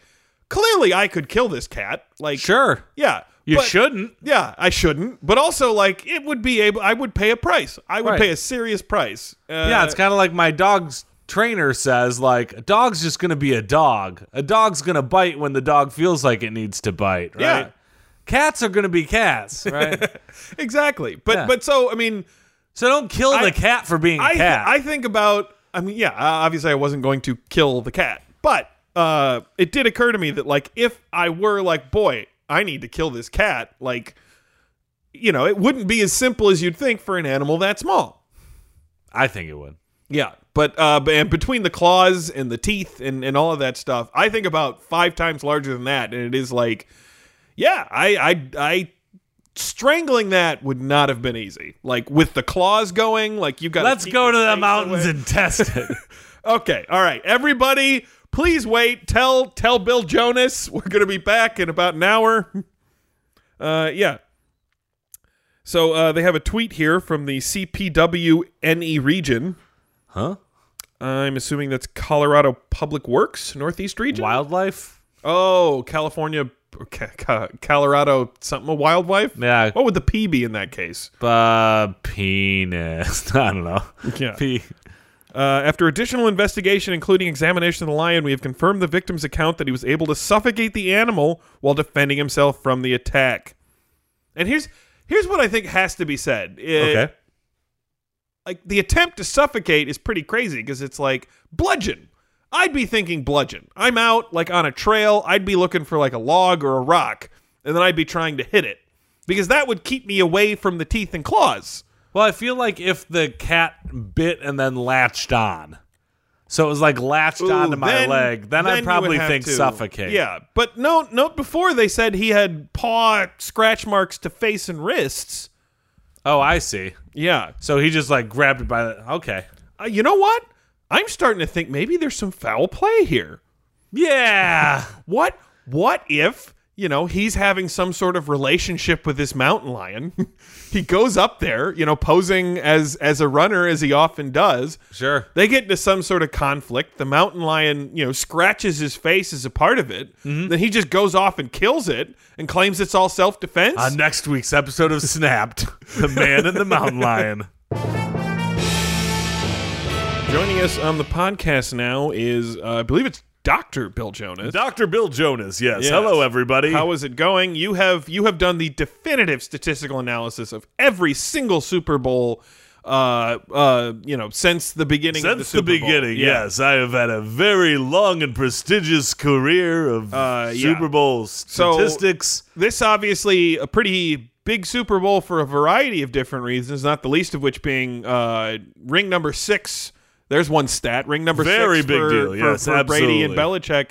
[SPEAKER 1] clearly I could kill this cat. Like
[SPEAKER 2] Sure.
[SPEAKER 1] Yeah.
[SPEAKER 2] You
[SPEAKER 1] but-
[SPEAKER 2] shouldn't.
[SPEAKER 1] yeah, I shouldn't, but also like it would be able. I would pay a price. I would
[SPEAKER 2] Right.
[SPEAKER 1] pay a serious price. Uh,
[SPEAKER 2] Yeah, it's kind of like my dog's trainer says like a dog's just going to be a dog. A dog's going to bite when the dog feels like it needs to bite, right?
[SPEAKER 1] Yeah.
[SPEAKER 2] Cats are going to be cats, right?
[SPEAKER 1] exactly. But
[SPEAKER 2] Yeah.
[SPEAKER 1] but so I mean,
[SPEAKER 2] so don't kill
[SPEAKER 1] I-
[SPEAKER 2] the cat for being a
[SPEAKER 1] I
[SPEAKER 2] cat.
[SPEAKER 1] I think about. I mean, yeah. uh, Obviously, I wasn't going to kill the cat, but uh, it did occur to me that like if I were like, boy, I need to kill this cat. Like, you know, it wouldn't be as simple as you'd think for an animal that small.
[SPEAKER 2] I think it would.
[SPEAKER 1] Yeah, but uh, b- and between the claws and the teeth and, and all of that stuff, I think about five times larger than that, and it is like, yeah, I I I strangling that would not have been easy. Like with the claws going, like you've got.
[SPEAKER 2] Let's go to the mountains and test it.
[SPEAKER 1] okay, all right, everybody, please wait. Tell tell Bill Jonas we're gonna be back in about an hour. Uh, yeah. So uh, they have a tweet here from the CPWNE E region.
[SPEAKER 2] huh?
[SPEAKER 1] I'm assuming that's Colorado Public Works, Northeast region.
[SPEAKER 2] Wildlife?
[SPEAKER 1] Oh, California, Ca- Ca- Colorado, something a wildlife.
[SPEAKER 2] Yeah.
[SPEAKER 1] What would the
[SPEAKER 2] Oh.
[SPEAKER 1] P be in that case?
[SPEAKER 2] Uh, penis. I don't know.
[SPEAKER 1] Yeah.
[SPEAKER 2] P-
[SPEAKER 1] Uh, after additional investigation, including examination of the lion, we have confirmed the victim's account that he was able to suffocate the animal while defending himself from the attack. And here's here's what I think has to be said. It-
[SPEAKER 2] Okay.
[SPEAKER 1] like the attempt to suffocate is pretty crazy because it's like bludgeon. I'd be thinking bludgeon. I'm out like on a trail. I'd be looking for like a log or a rock, and then I'd be trying to hit it because that would keep me away from the teeth and claws.
[SPEAKER 2] Well, I feel like if the cat bit and then latched on, so it was like latched onto
[SPEAKER 1] Ooh,
[SPEAKER 2] my leg, then,
[SPEAKER 1] you
[SPEAKER 2] I'd
[SPEAKER 1] would
[SPEAKER 2] probably
[SPEAKER 1] have
[SPEAKER 2] think
[SPEAKER 1] to-
[SPEAKER 2] suffocate.
[SPEAKER 1] Yeah, but no, note before they said he had paw scratch marks to face and wrists.
[SPEAKER 2] Oh, I see.
[SPEAKER 1] Yeah,
[SPEAKER 2] So he just like grabbed it by the. Okay.
[SPEAKER 1] uh, you know what? I'm starting to think maybe there's some foul play here.
[SPEAKER 2] Yeah.
[SPEAKER 1] What what if, you know, he's having some sort of relationship with this mountain lion? he goes up there, you know, posing as as a runner as he often does.
[SPEAKER 2] Sure.
[SPEAKER 1] They get into some sort of conflict. The mountain lion, you know, scratches his face as a part of it. Then he just goes off and kills it and claims it's all self-defense.
[SPEAKER 2] On next week's episode of Snapped, the man and the mountain lion.
[SPEAKER 1] Joining us on the podcast now is uh, I believe it's Dr. Bill Jonas.
[SPEAKER 2] Dr. Bill Jonas, yes.
[SPEAKER 1] Yes.
[SPEAKER 2] Hello, everybody.
[SPEAKER 1] How is it going? You have you have done the definitive statistical analysis of every single Super Bowl, uh, uh, you know, since the beginning. of the,
[SPEAKER 2] Since the,
[SPEAKER 1] Super Bowl.
[SPEAKER 2] beginning, yes, I have had a very long and prestigious career of
[SPEAKER 1] Uh, yeah.
[SPEAKER 2] Super Bowl statistics.
[SPEAKER 1] This obviously a pretty big Super Bowl for a variety of different reasons, not the least of which being uh, ring number six. There's one stat. Ring number
[SPEAKER 2] Very
[SPEAKER 1] six
[SPEAKER 2] big
[SPEAKER 1] for,
[SPEAKER 2] deal,
[SPEAKER 1] for-
[SPEAKER 2] yes,
[SPEAKER 1] for Brady and
[SPEAKER 2] absolutely.
[SPEAKER 1] Belichick.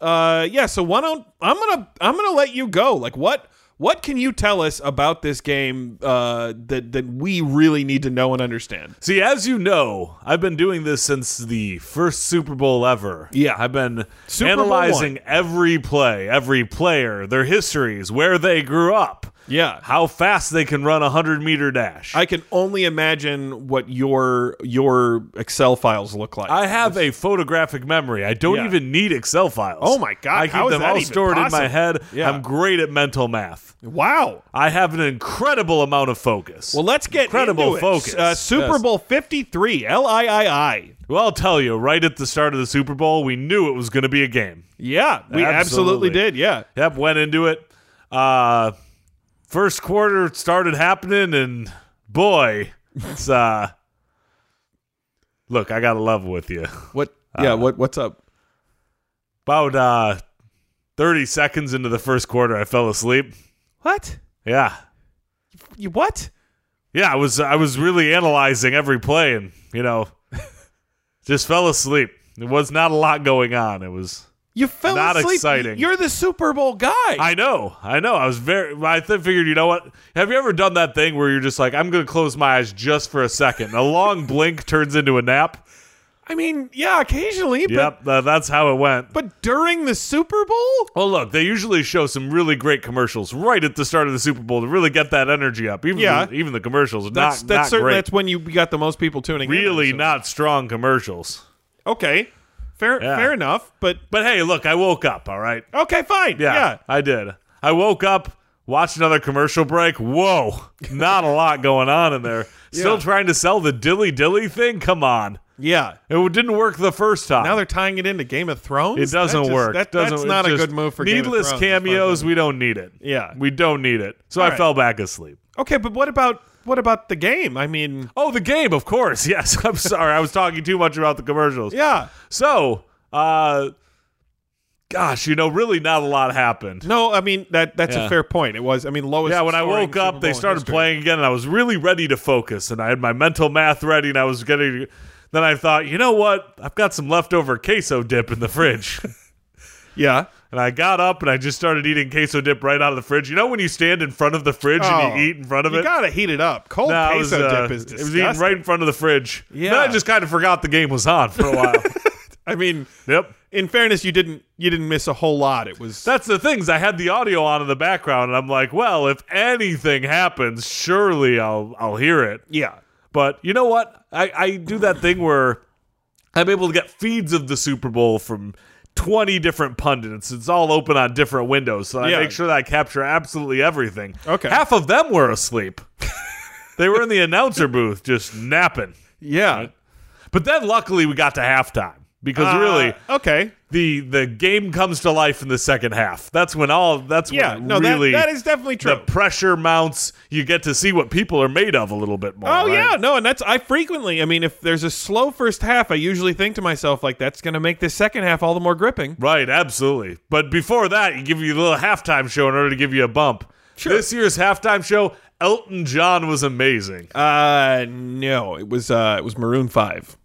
[SPEAKER 1] Uh, yeah. So why don't I'm gonna I'm gonna let you go. Like what what can you tell us about this game uh, that that we really need to know and understand?
[SPEAKER 2] See, as you know, I've been doing this since the first Super Bowl ever.
[SPEAKER 1] Yeah.
[SPEAKER 2] I've been
[SPEAKER 1] Super Bowl
[SPEAKER 2] analyzing every play, every player, their histories, where they grew up,
[SPEAKER 1] Yeah.
[SPEAKER 2] how fast they can run a 100 meter dash.
[SPEAKER 1] I can only imagine what your your Excel files look like.
[SPEAKER 2] I have a photographic memory. I don't
[SPEAKER 1] Yeah.
[SPEAKER 2] even need Excel files.
[SPEAKER 1] Oh my God,
[SPEAKER 2] I keep
[SPEAKER 1] how is
[SPEAKER 2] them
[SPEAKER 1] that
[SPEAKER 2] all
[SPEAKER 1] even
[SPEAKER 2] stored in
[SPEAKER 1] possible?
[SPEAKER 2] my head.
[SPEAKER 1] Yeah.
[SPEAKER 2] I'm great at mental math.
[SPEAKER 1] wow.
[SPEAKER 2] I have an incredible amount of focus.
[SPEAKER 1] Well, let's get
[SPEAKER 2] Incredible
[SPEAKER 1] into it.
[SPEAKER 2] focus.
[SPEAKER 1] Uh, Super
[SPEAKER 2] Yes.
[SPEAKER 1] Bowl 53, L I I I.
[SPEAKER 2] Well, I'll tell you, right at the start of the Super Bowl, we knew it was going to be a game.
[SPEAKER 1] Yeah, we absolutely.
[SPEAKER 2] Absolutely.
[SPEAKER 1] did. Yeah.
[SPEAKER 2] Yep, went into it. Uh, first quarter started happening, and boy, it's uh, look, I got a level with you.
[SPEAKER 1] What? Yeah.
[SPEAKER 2] Uh,
[SPEAKER 1] what? What's up?
[SPEAKER 2] About uh, thirty seconds into the first quarter, I fell asleep.
[SPEAKER 1] What?
[SPEAKER 2] Yeah,
[SPEAKER 1] You what?
[SPEAKER 2] yeah, I was I was really analyzing every play, and you know, just fell asleep. There was not a lot going on. It was.
[SPEAKER 1] You fell
[SPEAKER 2] Not
[SPEAKER 1] asleep.
[SPEAKER 2] exciting.
[SPEAKER 1] You're the Super Bowl guy.
[SPEAKER 2] I know, I know. I was very. I th- figured, you know what? Have you ever done that thing where you're just like, I'm gonna close my eyes just for a second. A long blink turns into a nap.
[SPEAKER 1] I mean, yeah, occasionally,
[SPEAKER 2] Yep, tha- that's how it went.
[SPEAKER 1] but but during the Super Bowl,
[SPEAKER 2] Well, look, they usually show some really great commercials right at the start of the Super Bowl to really get that energy up. Even
[SPEAKER 1] Yeah.
[SPEAKER 2] the, even the commercials, are
[SPEAKER 1] that's
[SPEAKER 2] not
[SPEAKER 1] that's
[SPEAKER 2] not
[SPEAKER 1] certain.
[SPEAKER 2] great.
[SPEAKER 1] That's when you got the most people tuning in.
[SPEAKER 2] really
[SPEAKER 1] so-
[SPEAKER 2] not strong commercials.
[SPEAKER 1] okay. Fair
[SPEAKER 2] Yeah.
[SPEAKER 1] fair enough. But
[SPEAKER 2] But hey, look, I woke up. All right.
[SPEAKER 1] okay, fine. Yeah.
[SPEAKER 2] Yeah, I did. I woke up, watched another commercial break. Whoa, not a lot going on in there. Still
[SPEAKER 1] Yeah.
[SPEAKER 2] trying to sell the dilly dilly thing? Come on.
[SPEAKER 1] Yeah.
[SPEAKER 2] It didn't work the first time.
[SPEAKER 1] Now they're tying it into Game of Thrones.
[SPEAKER 2] it
[SPEAKER 1] That
[SPEAKER 2] doesn't
[SPEAKER 1] just-
[SPEAKER 2] work.
[SPEAKER 1] That,
[SPEAKER 2] doesn't,
[SPEAKER 1] that's
[SPEAKER 2] it
[SPEAKER 1] not a
[SPEAKER 2] just-
[SPEAKER 1] good move for Game of
[SPEAKER 2] needless
[SPEAKER 1] Thrones, as far as
[SPEAKER 2] cameos. We don't need it.
[SPEAKER 1] Yeah.
[SPEAKER 2] we don't need it. So I
[SPEAKER 1] right.
[SPEAKER 2] fell back asleep.
[SPEAKER 1] I'm- Okay, but what about what about the game? I mean,
[SPEAKER 2] Oh, the game, of course. Yes, I'm sorry. I was talking too much about the commercials.
[SPEAKER 1] yeah.
[SPEAKER 2] So, uh, gosh, you know, really not a lot happened.
[SPEAKER 1] No, I mean that that's a
[SPEAKER 2] Yeah.
[SPEAKER 1] fair point. It was I mean lowest
[SPEAKER 2] Yeah, when I
[SPEAKER 1] scoring
[SPEAKER 2] woke
[SPEAKER 1] Super
[SPEAKER 2] up,
[SPEAKER 1] Bowl
[SPEAKER 2] they
[SPEAKER 1] in
[SPEAKER 2] started
[SPEAKER 1] history.
[SPEAKER 2] playing again, and I was really ready to focus, and I had my mental math ready, and I was getting. Then I thought, you know what? I've got some leftover queso dip in the fridge,
[SPEAKER 1] Yeah.
[SPEAKER 2] and I got up and I just started eating queso dip right out of the fridge. You know when you stand in front of the fridge and
[SPEAKER 1] Oh,
[SPEAKER 2] you eat in front of
[SPEAKER 1] You
[SPEAKER 2] it.
[SPEAKER 1] got to heat it up. Cold
[SPEAKER 2] Nah, I
[SPEAKER 1] queso
[SPEAKER 2] was, uh,
[SPEAKER 1] dip is
[SPEAKER 2] it was
[SPEAKER 1] disgusting.
[SPEAKER 2] eating right in front of the fridge.
[SPEAKER 1] Yeah.
[SPEAKER 2] Then I just kind of forgot the game was on for a while.
[SPEAKER 1] I mean,
[SPEAKER 2] yep.
[SPEAKER 1] in fairness, you didn't you didn't miss a whole lot. It was
[SPEAKER 2] That's the things. I had the audio on in the background, and I'm like, well, if anything happens, surely I'll I'll hear it.
[SPEAKER 1] yeah.
[SPEAKER 2] But you know what? I, I do that thing where I'm able to get feeds of the Super Bowl from 20 different pundits. It's all open on different windows, so I
[SPEAKER 1] Yeah.
[SPEAKER 2] make sure that I capture absolutely everything.
[SPEAKER 1] Okay.
[SPEAKER 2] Half of them were asleep. they were in the announcer booth just napping.
[SPEAKER 1] Yeah.
[SPEAKER 2] But then luckily we got to halftime because
[SPEAKER 1] Uh,
[SPEAKER 2] really
[SPEAKER 1] okay.
[SPEAKER 2] the the game comes to life in the second half. That's when all that's
[SPEAKER 1] Yeah,
[SPEAKER 2] when
[SPEAKER 1] no, that-
[SPEAKER 2] really
[SPEAKER 1] that is definitely true.
[SPEAKER 2] the pressure mounts. You get to see what people are made of a little bit more.
[SPEAKER 1] Oh
[SPEAKER 2] right?
[SPEAKER 1] yeah, no, and that's I frequently. I mean, if there's a slow first half, I usually think to myself like that's going to make the second half all the more gripping.
[SPEAKER 2] Right, absolutely. But before that, you give you a little halftime show in order to give you a bump.
[SPEAKER 1] Sure.
[SPEAKER 2] This year's halftime show, Elton John was amazing.
[SPEAKER 1] Uh, no, it was uh, it was Maroon Five.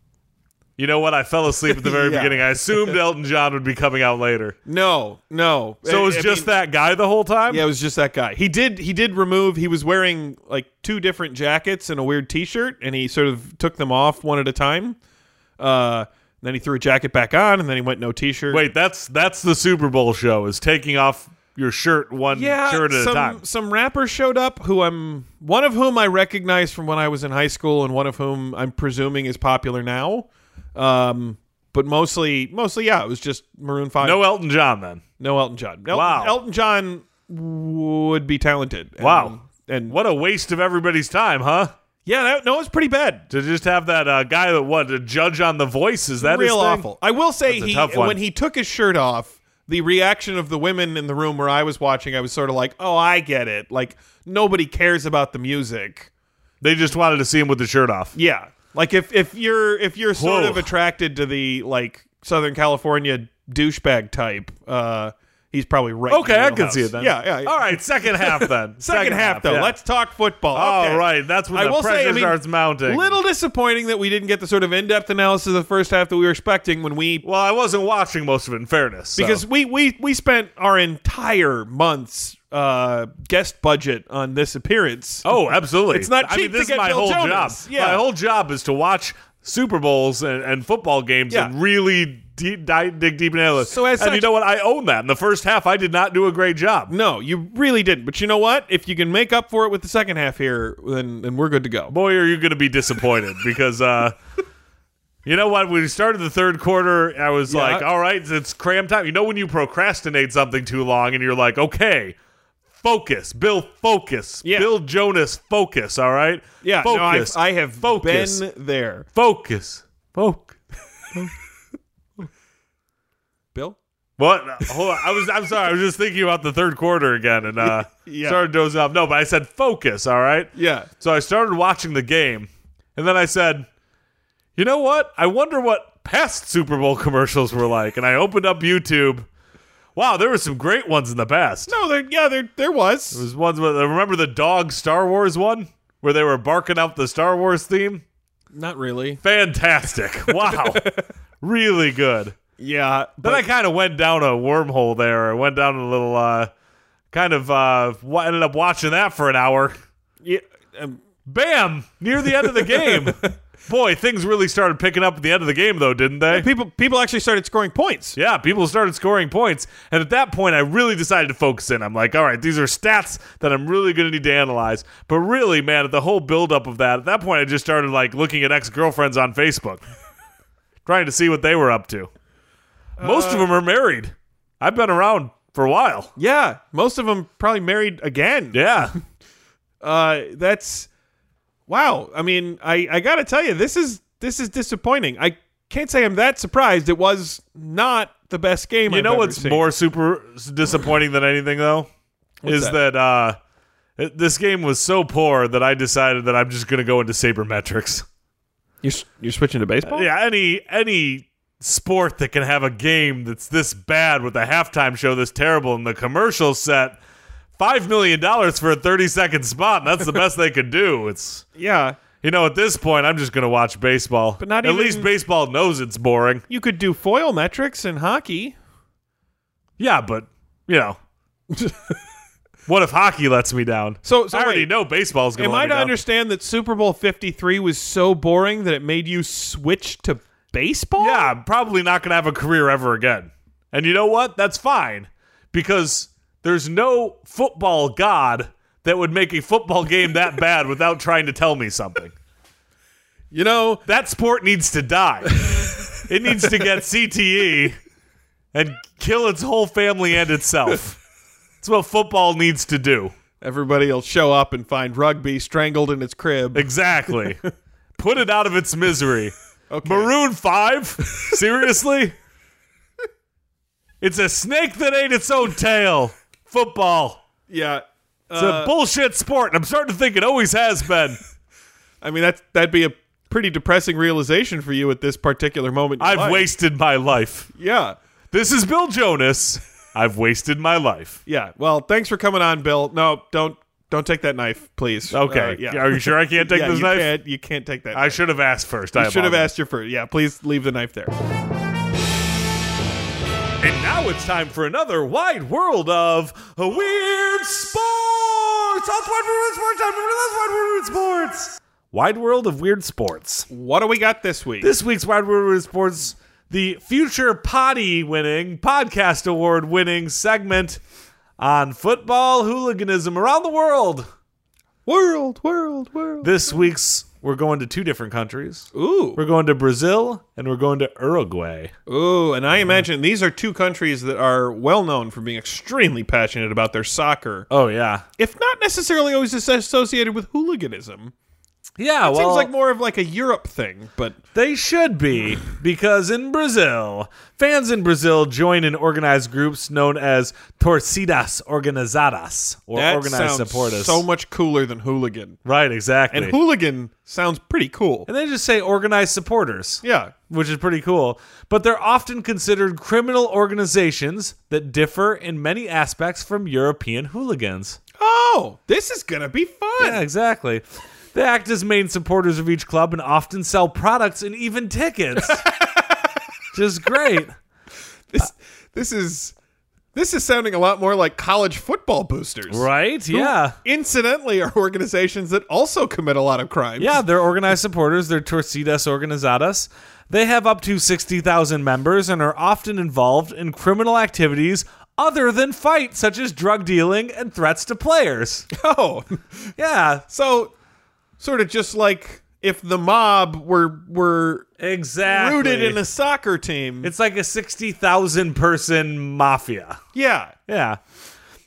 [SPEAKER 2] You know what? I fell asleep at the very
[SPEAKER 1] Yeah.
[SPEAKER 2] beginning. I assumed Elton John would be coming out later.
[SPEAKER 1] No, no.
[SPEAKER 2] So it was just that guy the whole time?
[SPEAKER 1] Yeah, it was just that guy. He did he did remove. He was wearing like two different jackets and a weird T-shirt, and he sort of took them off one at a time. Uh, then he threw a jacket back on, and then he went no T-shirt.
[SPEAKER 2] Wait, that's that's the Super Bowl show is taking off your shirt one
[SPEAKER 1] yeah,
[SPEAKER 2] shirt at
[SPEAKER 1] some
[SPEAKER 2] a time.
[SPEAKER 1] some rappers showed up who I'm one of whom I recognize from when I was in high school, and one of whom I'm presuming is popular now. Um, but mostly, mostly, yeah, it was just Maroon Five.
[SPEAKER 2] No Elton John then.
[SPEAKER 1] no Elton John. Elton,
[SPEAKER 2] Wow.
[SPEAKER 1] Elton John would be talented. And-
[SPEAKER 2] Wow.
[SPEAKER 1] and
[SPEAKER 2] What a waste of everybody's time, huh?
[SPEAKER 1] yeah, that, no, it was pretty bad.
[SPEAKER 2] To just have that uh, guy that what a judge on the voice is that his
[SPEAKER 1] real
[SPEAKER 2] thing?
[SPEAKER 1] awful. I will say
[SPEAKER 2] That's a
[SPEAKER 1] he
[SPEAKER 2] tough one.
[SPEAKER 1] when he took his shirt off, the reaction of the women in the room where I was watching, I was sort of like, "Oh, I get it. Like nobody cares about the music."
[SPEAKER 2] They just wanted to see him with the shirt off.
[SPEAKER 1] Yeah. Like if if you're if you're sort
[SPEAKER 2] Whoa.
[SPEAKER 1] of attracted to the like Southern California douchebag type, uh he's probably right. in
[SPEAKER 2] Okay,
[SPEAKER 1] your
[SPEAKER 2] I can
[SPEAKER 1] wheelhouse.
[SPEAKER 2] see it then.
[SPEAKER 1] Yeah, yeah. yeah.
[SPEAKER 2] All right, second half then.
[SPEAKER 1] Second, half, though,
[SPEAKER 2] yeah.
[SPEAKER 1] let's talk football.
[SPEAKER 2] All
[SPEAKER 1] Okay.
[SPEAKER 2] right, that's when
[SPEAKER 1] I
[SPEAKER 2] the
[SPEAKER 1] will
[SPEAKER 2] pressure
[SPEAKER 1] say, I mean,
[SPEAKER 2] starts mounting.
[SPEAKER 1] Little disappointing that we didn't get the sort of in-depth analysis of the first half that we were expecting when we
[SPEAKER 2] well, I wasn't watching most of it in fairness. so-
[SPEAKER 1] because we we we spent our entire month's uh, guest budget on this appearance.
[SPEAKER 2] Oh, absolutely.
[SPEAKER 1] It's not
[SPEAKER 2] I
[SPEAKER 1] cheap
[SPEAKER 2] mean, this
[SPEAKER 1] to
[SPEAKER 2] is
[SPEAKER 1] get
[SPEAKER 2] my
[SPEAKER 1] Bill
[SPEAKER 2] whole
[SPEAKER 1] Jonas.
[SPEAKER 2] job.
[SPEAKER 1] Yeah.
[SPEAKER 2] My whole job is to watch Super Bowls and, and football games
[SPEAKER 1] Yeah.
[SPEAKER 2] and really deep, dive, dig deep into it.
[SPEAKER 1] So as
[SPEAKER 2] and
[SPEAKER 1] such-
[SPEAKER 2] you know what? I own that. In the first half, I did not do a great job.
[SPEAKER 1] No, you really didn't. But you know what? If you can make up for it with the second half here, then then we're good to go.
[SPEAKER 2] Boy, are you going to be disappointed because. Uh, You know what? When we started the third quarter, I was
[SPEAKER 1] Yeah.
[SPEAKER 2] like, all right, it's cram time. You know when you procrastinate something too long and you're like, okay, focus. Bill, focus.
[SPEAKER 1] Yeah.
[SPEAKER 2] Bill Jonas, focus, all right?
[SPEAKER 1] Yeah, no, I've-
[SPEAKER 2] focus.
[SPEAKER 1] I have
[SPEAKER 2] Focus.
[SPEAKER 1] been there,
[SPEAKER 2] Focus. Focus.
[SPEAKER 1] Bill.
[SPEAKER 2] What? Hold on. I was. I'm sorry. I was just thinking about the third quarter again, and uh,
[SPEAKER 1] Yeah.
[SPEAKER 2] started dozing off. No, but I said focus. All right.
[SPEAKER 1] Yeah,
[SPEAKER 2] So I started watching the game, and then I said, "You know what? I wonder what past Super Bowl commercials were like." And I opened up YouTube. Wow, there were some great ones in the past.
[SPEAKER 1] no, there. Yeah, there there was.
[SPEAKER 2] There's ones with remember the dog Star Wars one where they were barking out the Star Wars theme.
[SPEAKER 1] Not really.
[SPEAKER 2] Fantastic! Wow, really good.
[SPEAKER 1] Yeah,
[SPEAKER 2] Then
[SPEAKER 1] but
[SPEAKER 2] I kind of went down a wormhole there. I went down a little, uh, kind of, uh, wa- ended up watching that for an hour.
[SPEAKER 1] yeah, um,
[SPEAKER 2] Bam! Near the end of the game. Boy, things really started picking up at the end of the game, though, didn't they?
[SPEAKER 1] people people actually started scoring points.
[SPEAKER 2] Yeah, people started scoring points. And at that point, I really decided to focus in. I'm like, all right, these are stats that I'm really going to need to analyze. But really, man, the whole buildup of that, at that point, I just started like looking at ex girlfriends on Facebook, trying to see what they were up to. Most of them are married. I've been around for a while.
[SPEAKER 1] Yeah, most of them probably married again.
[SPEAKER 2] Yeah.
[SPEAKER 1] uh that's wow i mean i i gotta tell you this is this is disappointing i can't say i'm that surprised it was not the best game
[SPEAKER 2] you
[SPEAKER 1] I've
[SPEAKER 2] know
[SPEAKER 1] ever
[SPEAKER 2] what's
[SPEAKER 1] seen.
[SPEAKER 2] more super disappointing than anything, though? is that, uh, it- this game was so poor that I decided that I'm just going to go into sabermetrics.
[SPEAKER 1] you're, s- you're switching to baseball
[SPEAKER 2] Yeah, any any sport that can have a game that's this bad with a halftime show this terrible and the commercial set five million dollars for a thirty second spot. And that's the best they could do. It's
[SPEAKER 1] yeah
[SPEAKER 2] you know at this point I'm just gonna watch baseball.
[SPEAKER 1] But not
[SPEAKER 2] at
[SPEAKER 1] even-
[SPEAKER 2] least baseball knows it's boring.
[SPEAKER 1] you could do foil metrics in hockey
[SPEAKER 2] Yeah, but you know. what if hockey lets me down?
[SPEAKER 1] so so
[SPEAKER 2] I already
[SPEAKER 1] wait,
[SPEAKER 2] know baseball's gonna
[SPEAKER 1] am
[SPEAKER 2] let
[SPEAKER 1] i
[SPEAKER 2] me
[SPEAKER 1] to
[SPEAKER 2] down.
[SPEAKER 1] understand that super bowl 53 was so boring that it made you switch to baseball
[SPEAKER 2] Yeah, I'm probably not going to have a career ever again. And you know what? That's fine because there's no football god that would make a football game that bad without trying to tell me something.
[SPEAKER 1] you know
[SPEAKER 2] That sport needs to die. It needs to get CTE and kill its whole family and itself. That's what football needs to do.
[SPEAKER 1] everybody will show up and find rugby strangled in its crib
[SPEAKER 2] Exactly. Put it out of its misery.
[SPEAKER 1] Okay.
[SPEAKER 2] Maroon 5? Seriously? it's a snake that ate its own tail. Football.
[SPEAKER 1] Yeah. uh,
[SPEAKER 2] It's a bullshit sport, and I'm starting to think it always has been.
[SPEAKER 1] I mean, that's that'd be a pretty depressing realization for you at this particular moment. in your
[SPEAKER 2] I've
[SPEAKER 1] life.
[SPEAKER 2] wasted my life.
[SPEAKER 1] Yeah.
[SPEAKER 2] This is Bill Jonas. I've wasted my life.
[SPEAKER 1] Yeah. Well, thanks for coming on, Bill. No, don't don't take that knife, please.
[SPEAKER 2] Okay.
[SPEAKER 1] Uh, yeah.
[SPEAKER 2] Are you sure I can't take
[SPEAKER 1] Yeah,
[SPEAKER 2] this
[SPEAKER 1] you
[SPEAKER 2] knife?
[SPEAKER 1] Can't, you can't take that.
[SPEAKER 2] I
[SPEAKER 1] knife.
[SPEAKER 2] should have asked first. I
[SPEAKER 1] You should have
[SPEAKER 2] apologize.
[SPEAKER 1] asked your first. Yeah. Please leave the knife there.
[SPEAKER 2] And now it's time for another wide world of weird sports. That's wide world of sports time. Remember that's wide world of sports. Wide world of weird sports.
[SPEAKER 1] What do we got this week?
[SPEAKER 2] This week's wide world of weird sports, the future potty winning podcast award winning segment on football hooliganism around the world.
[SPEAKER 1] world, world, world.
[SPEAKER 2] This week's we're going to two different countries.
[SPEAKER 1] Ooh.
[SPEAKER 2] We're going to Brazil and we're going to Uruguay.
[SPEAKER 1] Ooh, and I
[SPEAKER 2] Mm-hmm.
[SPEAKER 1] imagine these are two countries that are well known for being extremely passionate about their soccer,
[SPEAKER 2] Oh yeah,
[SPEAKER 1] if not necessarily always as- associated with hooliganism.
[SPEAKER 2] yeah. well,
[SPEAKER 1] Seems like more of like a Europe thing, but
[SPEAKER 2] They should be, because in Brazil, fans in Brazil join in organized groups known as torcidas organizadas, or
[SPEAKER 1] that
[SPEAKER 2] organized
[SPEAKER 1] sounds
[SPEAKER 2] supporters.
[SPEAKER 1] so much cooler than hooligan.
[SPEAKER 2] right, exactly.
[SPEAKER 1] And
[SPEAKER 2] And,
[SPEAKER 1] hooligan sounds pretty cool.
[SPEAKER 2] they just say organized supporters,
[SPEAKER 1] Yeah.
[SPEAKER 2] which is pretty cool. But they're often considered criminal organizations that differ in many aspects from European hooligans.
[SPEAKER 1] Oh, this is gonna be fun.
[SPEAKER 2] Yeah, exactly. They act as main supporters of each club and often sell products and even tickets. just great.
[SPEAKER 1] This this is this is sounding a lot more like college football boosters.
[SPEAKER 2] Right?
[SPEAKER 1] who
[SPEAKER 2] Yeah.
[SPEAKER 1] Incidentally, are organizations that also commit a lot of crimes.
[SPEAKER 2] Yeah, they're organized supporters. They're Torcidas Organizadas. They have up to 60,000 members and are often involved in criminal activities other than fights, such as drug dealing and threats to players.
[SPEAKER 1] Oh.
[SPEAKER 2] Yeah,
[SPEAKER 1] So, sort of just like if the mob were were
[SPEAKER 2] exactly.
[SPEAKER 1] rooted in a soccer team.
[SPEAKER 2] It's like a 60,000 person mafia.
[SPEAKER 1] yeah.
[SPEAKER 2] Yeah.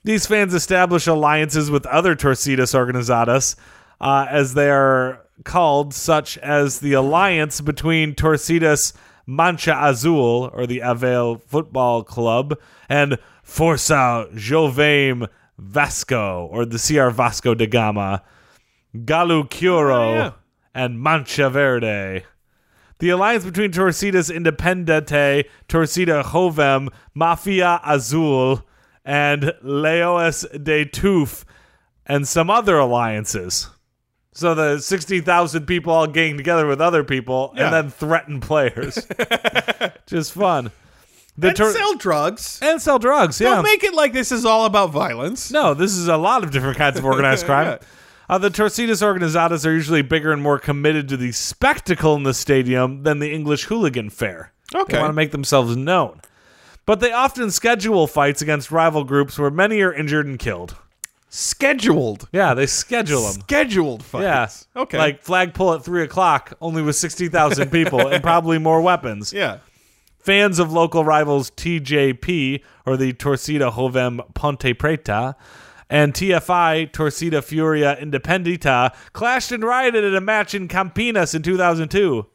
[SPEAKER 2] These fans establish alliances with other Torcidas Organizadas, uh, as they are called, such as the alliance between Torcidas Mancha Azul, or the Avail Football Club, and Forza Jovem Vasco, or the CR Vasco da Gama, Galucuro,
[SPEAKER 1] Oh, yeah.
[SPEAKER 2] and Mancha Verde. The alliance between Torcidas Independente, Torcida Jovem, Mafia Azul, and Leoes de Tuf, and some other alliances. So the 60,000 people all gang together with other people
[SPEAKER 1] Yeah.
[SPEAKER 2] and then threaten players. Just fun. The
[SPEAKER 1] And
[SPEAKER 2] Tor-
[SPEAKER 1] sell drugs.
[SPEAKER 2] and sell drugs, yeah.
[SPEAKER 1] Don't make it like this is all about violence.
[SPEAKER 2] No, this is a lot of different kinds of organized crime.
[SPEAKER 1] Yeah.
[SPEAKER 2] Uh, the Torcidas Organizadas are usually bigger and more committed to the spectacle in the stadium than the English hooligan fair.
[SPEAKER 1] Okay.
[SPEAKER 2] They want to make themselves known. But they often schedule fights against rival groups where many are injured and killed.
[SPEAKER 1] Scheduled.
[SPEAKER 2] Yeah, they schedule them.
[SPEAKER 1] Scheduled fights.
[SPEAKER 2] Yeah.
[SPEAKER 1] Okay.
[SPEAKER 2] Like flagpole at 3 o'clock, only with 60,000 people and probably more weapons.
[SPEAKER 1] yeah.
[SPEAKER 2] Fans of local rivals TJP, or the Torcida Jovem Ponte Preta, and TFI Torcida Furia Independita clashed and rioted at a match in Campinas in 2002.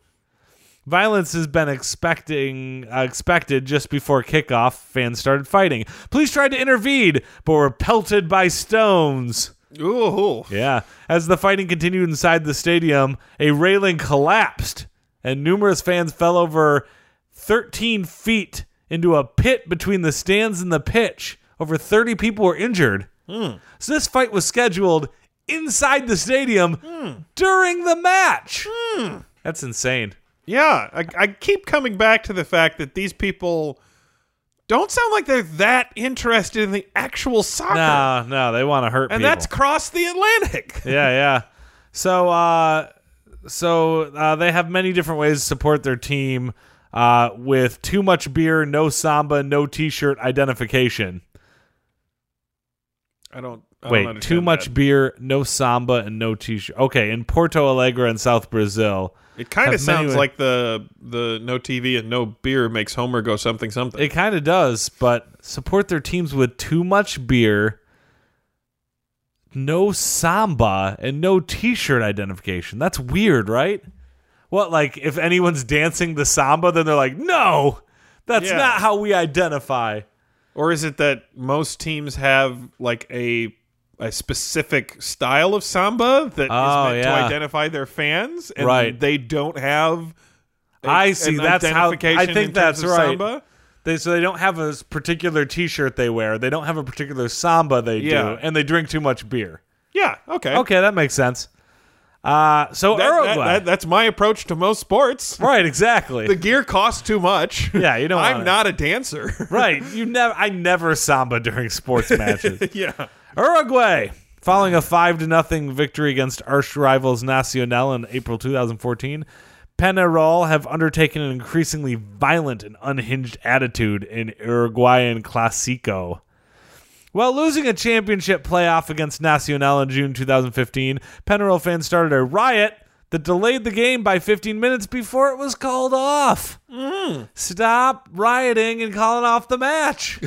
[SPEAKER 2] Violence has been expecting uh, expected just before kickoff. Fans started fighting. Police tried to intervene, but were pelted by stones.
[SPEAKER 1] Ooh.
[SPEAKER 2] Yeah. As the fighting continued inside the stadium, a railing collapsed and numerous fans fell over 13 feet into a pit between the stands and the pitch. Over 30 people were injured.
[SPEAKER 1] Hmm.
[SPEAKER 2] So this fight was scheduled inside the stadium
[SPEAKER 1] Hmm.
[SPEAKER 2] during the match. That's insane.
[SPEAKER 1] Yeah. I, I keep coming back to the fact that these people don't sound like they're that interested in the actual soccer.
[SPEAKER 2] No, no, they want to hurt
[SPEAKER 1] and
[SPEAKER 2] people.
[SPEAKER 1] that's crossed the Atlantic.
[SPEAKER 2] yeah, yeah. So, uh, so uh, they have many different ways to support their team uh, with too much beer, no samba, no T-shirt identification.
[SPEAKER 1] I don't. I don't
[SPEAKER 2] Wait,
[SPEAKER 1] understand
[SPEAKER 2] too much
[SPEAKER 1] that.
[SPEAKER 2] beer, no samba, and no T-shirt. Okay, in Porto Alegre in South Brazil,
[SPEAKER 1] It kind of
[SPEAKER 2] have many
[SPEAKER 1] sounds
[SPEAKER 2] wa-
[SPEAKER 1] like the the no TV and no beer makes Homer go something something.
[SPEAKER 2] it kind of does, but support their teams with too much beer. No samba and no t shirt identification. That's weird, right? what like if anyone's dancing the samba, then they're like, no, that's
[SPEAKER 1] Yeah.
[SPEAKER 2] not how we identify.
[SPEAKER 1] Or is it that most teams have like a a specific style of samba that is
[SPEAKER 2] Oh,
[SPEAKER 1] meant to
[SPEAKER 2] yeah.
[SPEAKER 1] identify their fans, and
[SPEAKER 2] Right.
[SPEAKER 1] they don't have.
[SPEAKER 2] I see.
[SPEAKER 1] an
[SPEAKER 2] That's how.
[SPEAKER 1] identification
[SPEAKER 2] I
[SPEAKER 1] in
[SPEAKER 2] think
[SPEAKER 1] terms
[SPEAKER 2] that's
[SPEAKER 1] of
[SPEAKER 2] right.
[SPEAKER 1] Samba?
[SPEAKER 2] They so they don't have a s- particular T-shirt they wear. They don't have a particular samba they
[SPEAKER 1] Yeah.
[SPEAKER 2] do, and they drink too much beer.
[SPEAKER 1] Yeah. Okay.
[SPEAKER 2] Okay, that makes sense. Uh, so
[SPEAKER 1] That- that-
[SPEAKER 2] Uruguay,
[SPEAKER 1] that- that's my approach to most sports.
[SPEAKER 2] right? Exactly.
[SPEAKER 1] The gear costs too much.
[SPEAKER 2] Yeah, you don't want
[SPEAKER 1] I'm
[SPEAKER 2] it.
[SPEAKER 1] not a dancer.
[SPEAKER 2] right. You never. I never samba during sports matches.
[SPEAKER 1] yeah.
[SPEAKER 2] Uruguay, following a five to nothing victory against arch rivals Nacional in April 2014, Penarol have undertaken an increasingly violent and unhinged attitude in Uruguayan Clasico. While losing a championship playoff against Nacional in June 2015, Penarol fans started a riot that delayed the game by 15 minutes before it was called off. Stop rioting and calling off the match.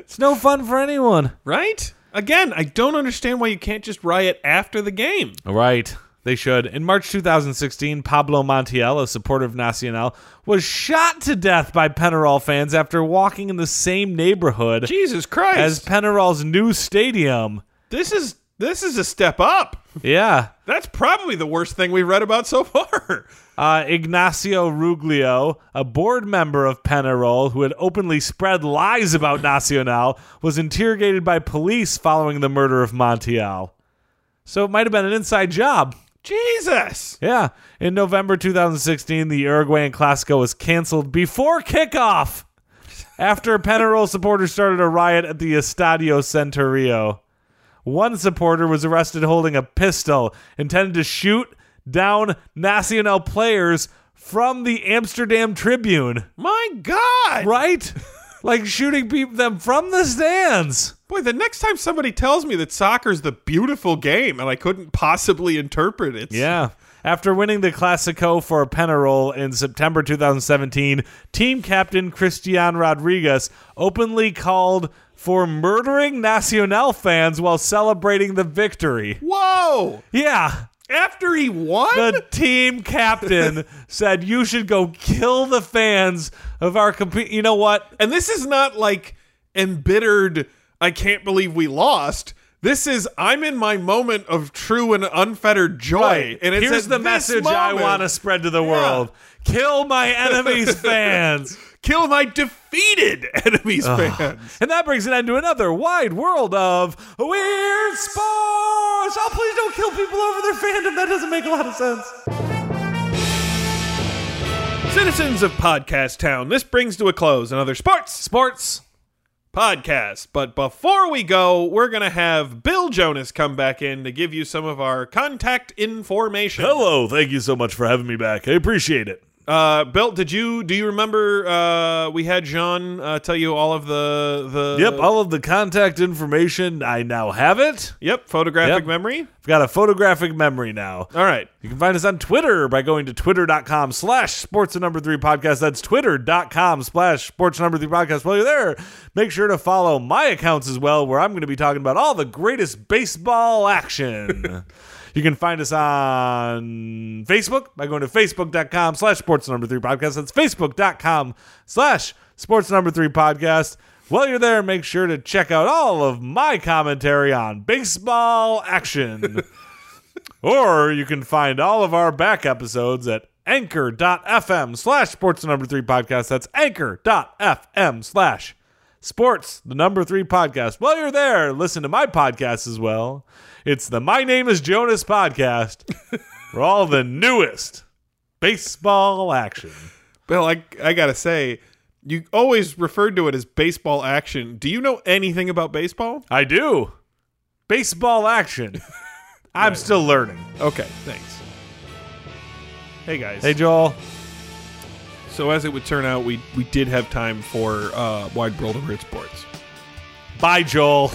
[SPEAKER 2] it's no fun for anyone.
[SPEAKER 1] Right. Again, I don't understand why you can't just riot after the game.
[SPEAKER 2] Right. They should. In March 2016, Pablo Montiel, a supporter of Nacional, was shot to death by Penarol fans after walking in the same neighborhood
[SPEAKER 1] Jesus Christ.
[SPEAKER 2] as Penarol's new stadium.
[SPEAKER 1] this is this is a step up.
[SPEAKER 2] Yeah.
[SPEAKER 1] That's probably the worst thing we've read about so far.
[SPEAKER 2] Uh, Ignacio Ruglio, a board member of Penarol who had openly spread lies about Nacional, was interrogated by police following the murder of Montiel. So it might have been an inside job.
[SPEAKER 1] Jesus.
[SPEAKER 2] Yeah. In November 2016, the Uruguayan Clasico was canceled before kickoff after Penarol supporters started a riot at the Estadio Centenario. One supporter was arrested holding a pistol intended to shoot down Nacional players from the Amsterdam Tribune.
[SPEAKER 1] My God.
[SPEAKER 2] Right? like shooting people, them from the stands.
[SPEAKER 1] Boy, the next time somebody tells me that soccer's the beautiful game and I couldn't possibly interpret it.
[SPEAKER 2] Yeah. After winning the Clasico for Penarol in September 2017, team captain Christian Rodriguez openly called for murdering Nacional fans while celebrating the victory.
[SPEAKER 1] Whoa.
[SPEAKER 2] Yeah.
[SPEAKER 1] After he won?
[SPEAKER 2] The team captain said you should go kill the fans of our compete. You know what?
[SPEAKER 1] and this is not like embittered, I can't believe we lost. This is I'm in my moment of true and unfettered joy. And it's
[SPEAKER 2] Here's
[SPEAKER 1] at
[SPEAKER 2] the
[SPEAKER 1] this
[SPEAKER 2] message I
[SPEAKER 1] moment-
[SPEAKER 2] want to spread to the world. Kill my enemies fans.
[SPEAKER 1] kill my defeated enemies fans.
[SPEAKER 2] And that brings an end to another wide world of weird sports. Oh, please don't kill people over their fandom. That doesn't make a lot of sense.
[SPEAKER 1] Citizens of Podcast Town, this brings to a close another sports
[SPEAKER 2] Sports.
[SPEAKER 1] podcast. But before we go, we're going to have Bill Jonas come back in to give you some of our contact information.
[SPEAKER 2] Hello. Thank you so much for having me back. I appreciate it.
[SPEAKER 1] Uh, Bill, did you do you remember uh, we had Jean uh, tell you all of the the
[SPEAKER 2] Yep. All of the contact information, I now have it.
[SPEAKER 1] Yep, photographic
[SPEAKER 2] Yep.
[SPEAKER 1] memory.
[SPEAKER 2] I've got a photographic memory now.
[SPEAKER 1] All right.
[SPEAKER 2] You can find us on Twitter by going to twitter.com slash sports the number three podcast. That's twitter.com slash sports the number three podcast. While you're there, make sure to follow my accounts as well, where I'm going to be talking about all the greatest baseball action. you can find us on Facebook by going to facebook.com slash sports the number three podcast. That's facebook.com slash sports the number three podcast. While you're there, make sure to check out all of my commentary on baseball action. Or you can find all of our back episodes at anchor.fm slash sports the number three podcast. That's anchor.fm slash sports the number three podcast. While you're there, listen to my podcast as well. It's the My Name is Jonas podcast for all the newest baseball action.
[SPEAKER 1] Bill, I I got to say you always referred to it as baseball action. Do you know anything about baseball?
[SPEAKER 2] I do. Baseball action. I'm still learning.
[SPEAKER 1] Okay, thanks. Hey guys.
[SPEAKER 2] Hey, Joel.
[SPEAKER 1] So as it would turn out, we we did have time for uh, wide world of weird sports.
[SPEAKER 2] Bye, Joel.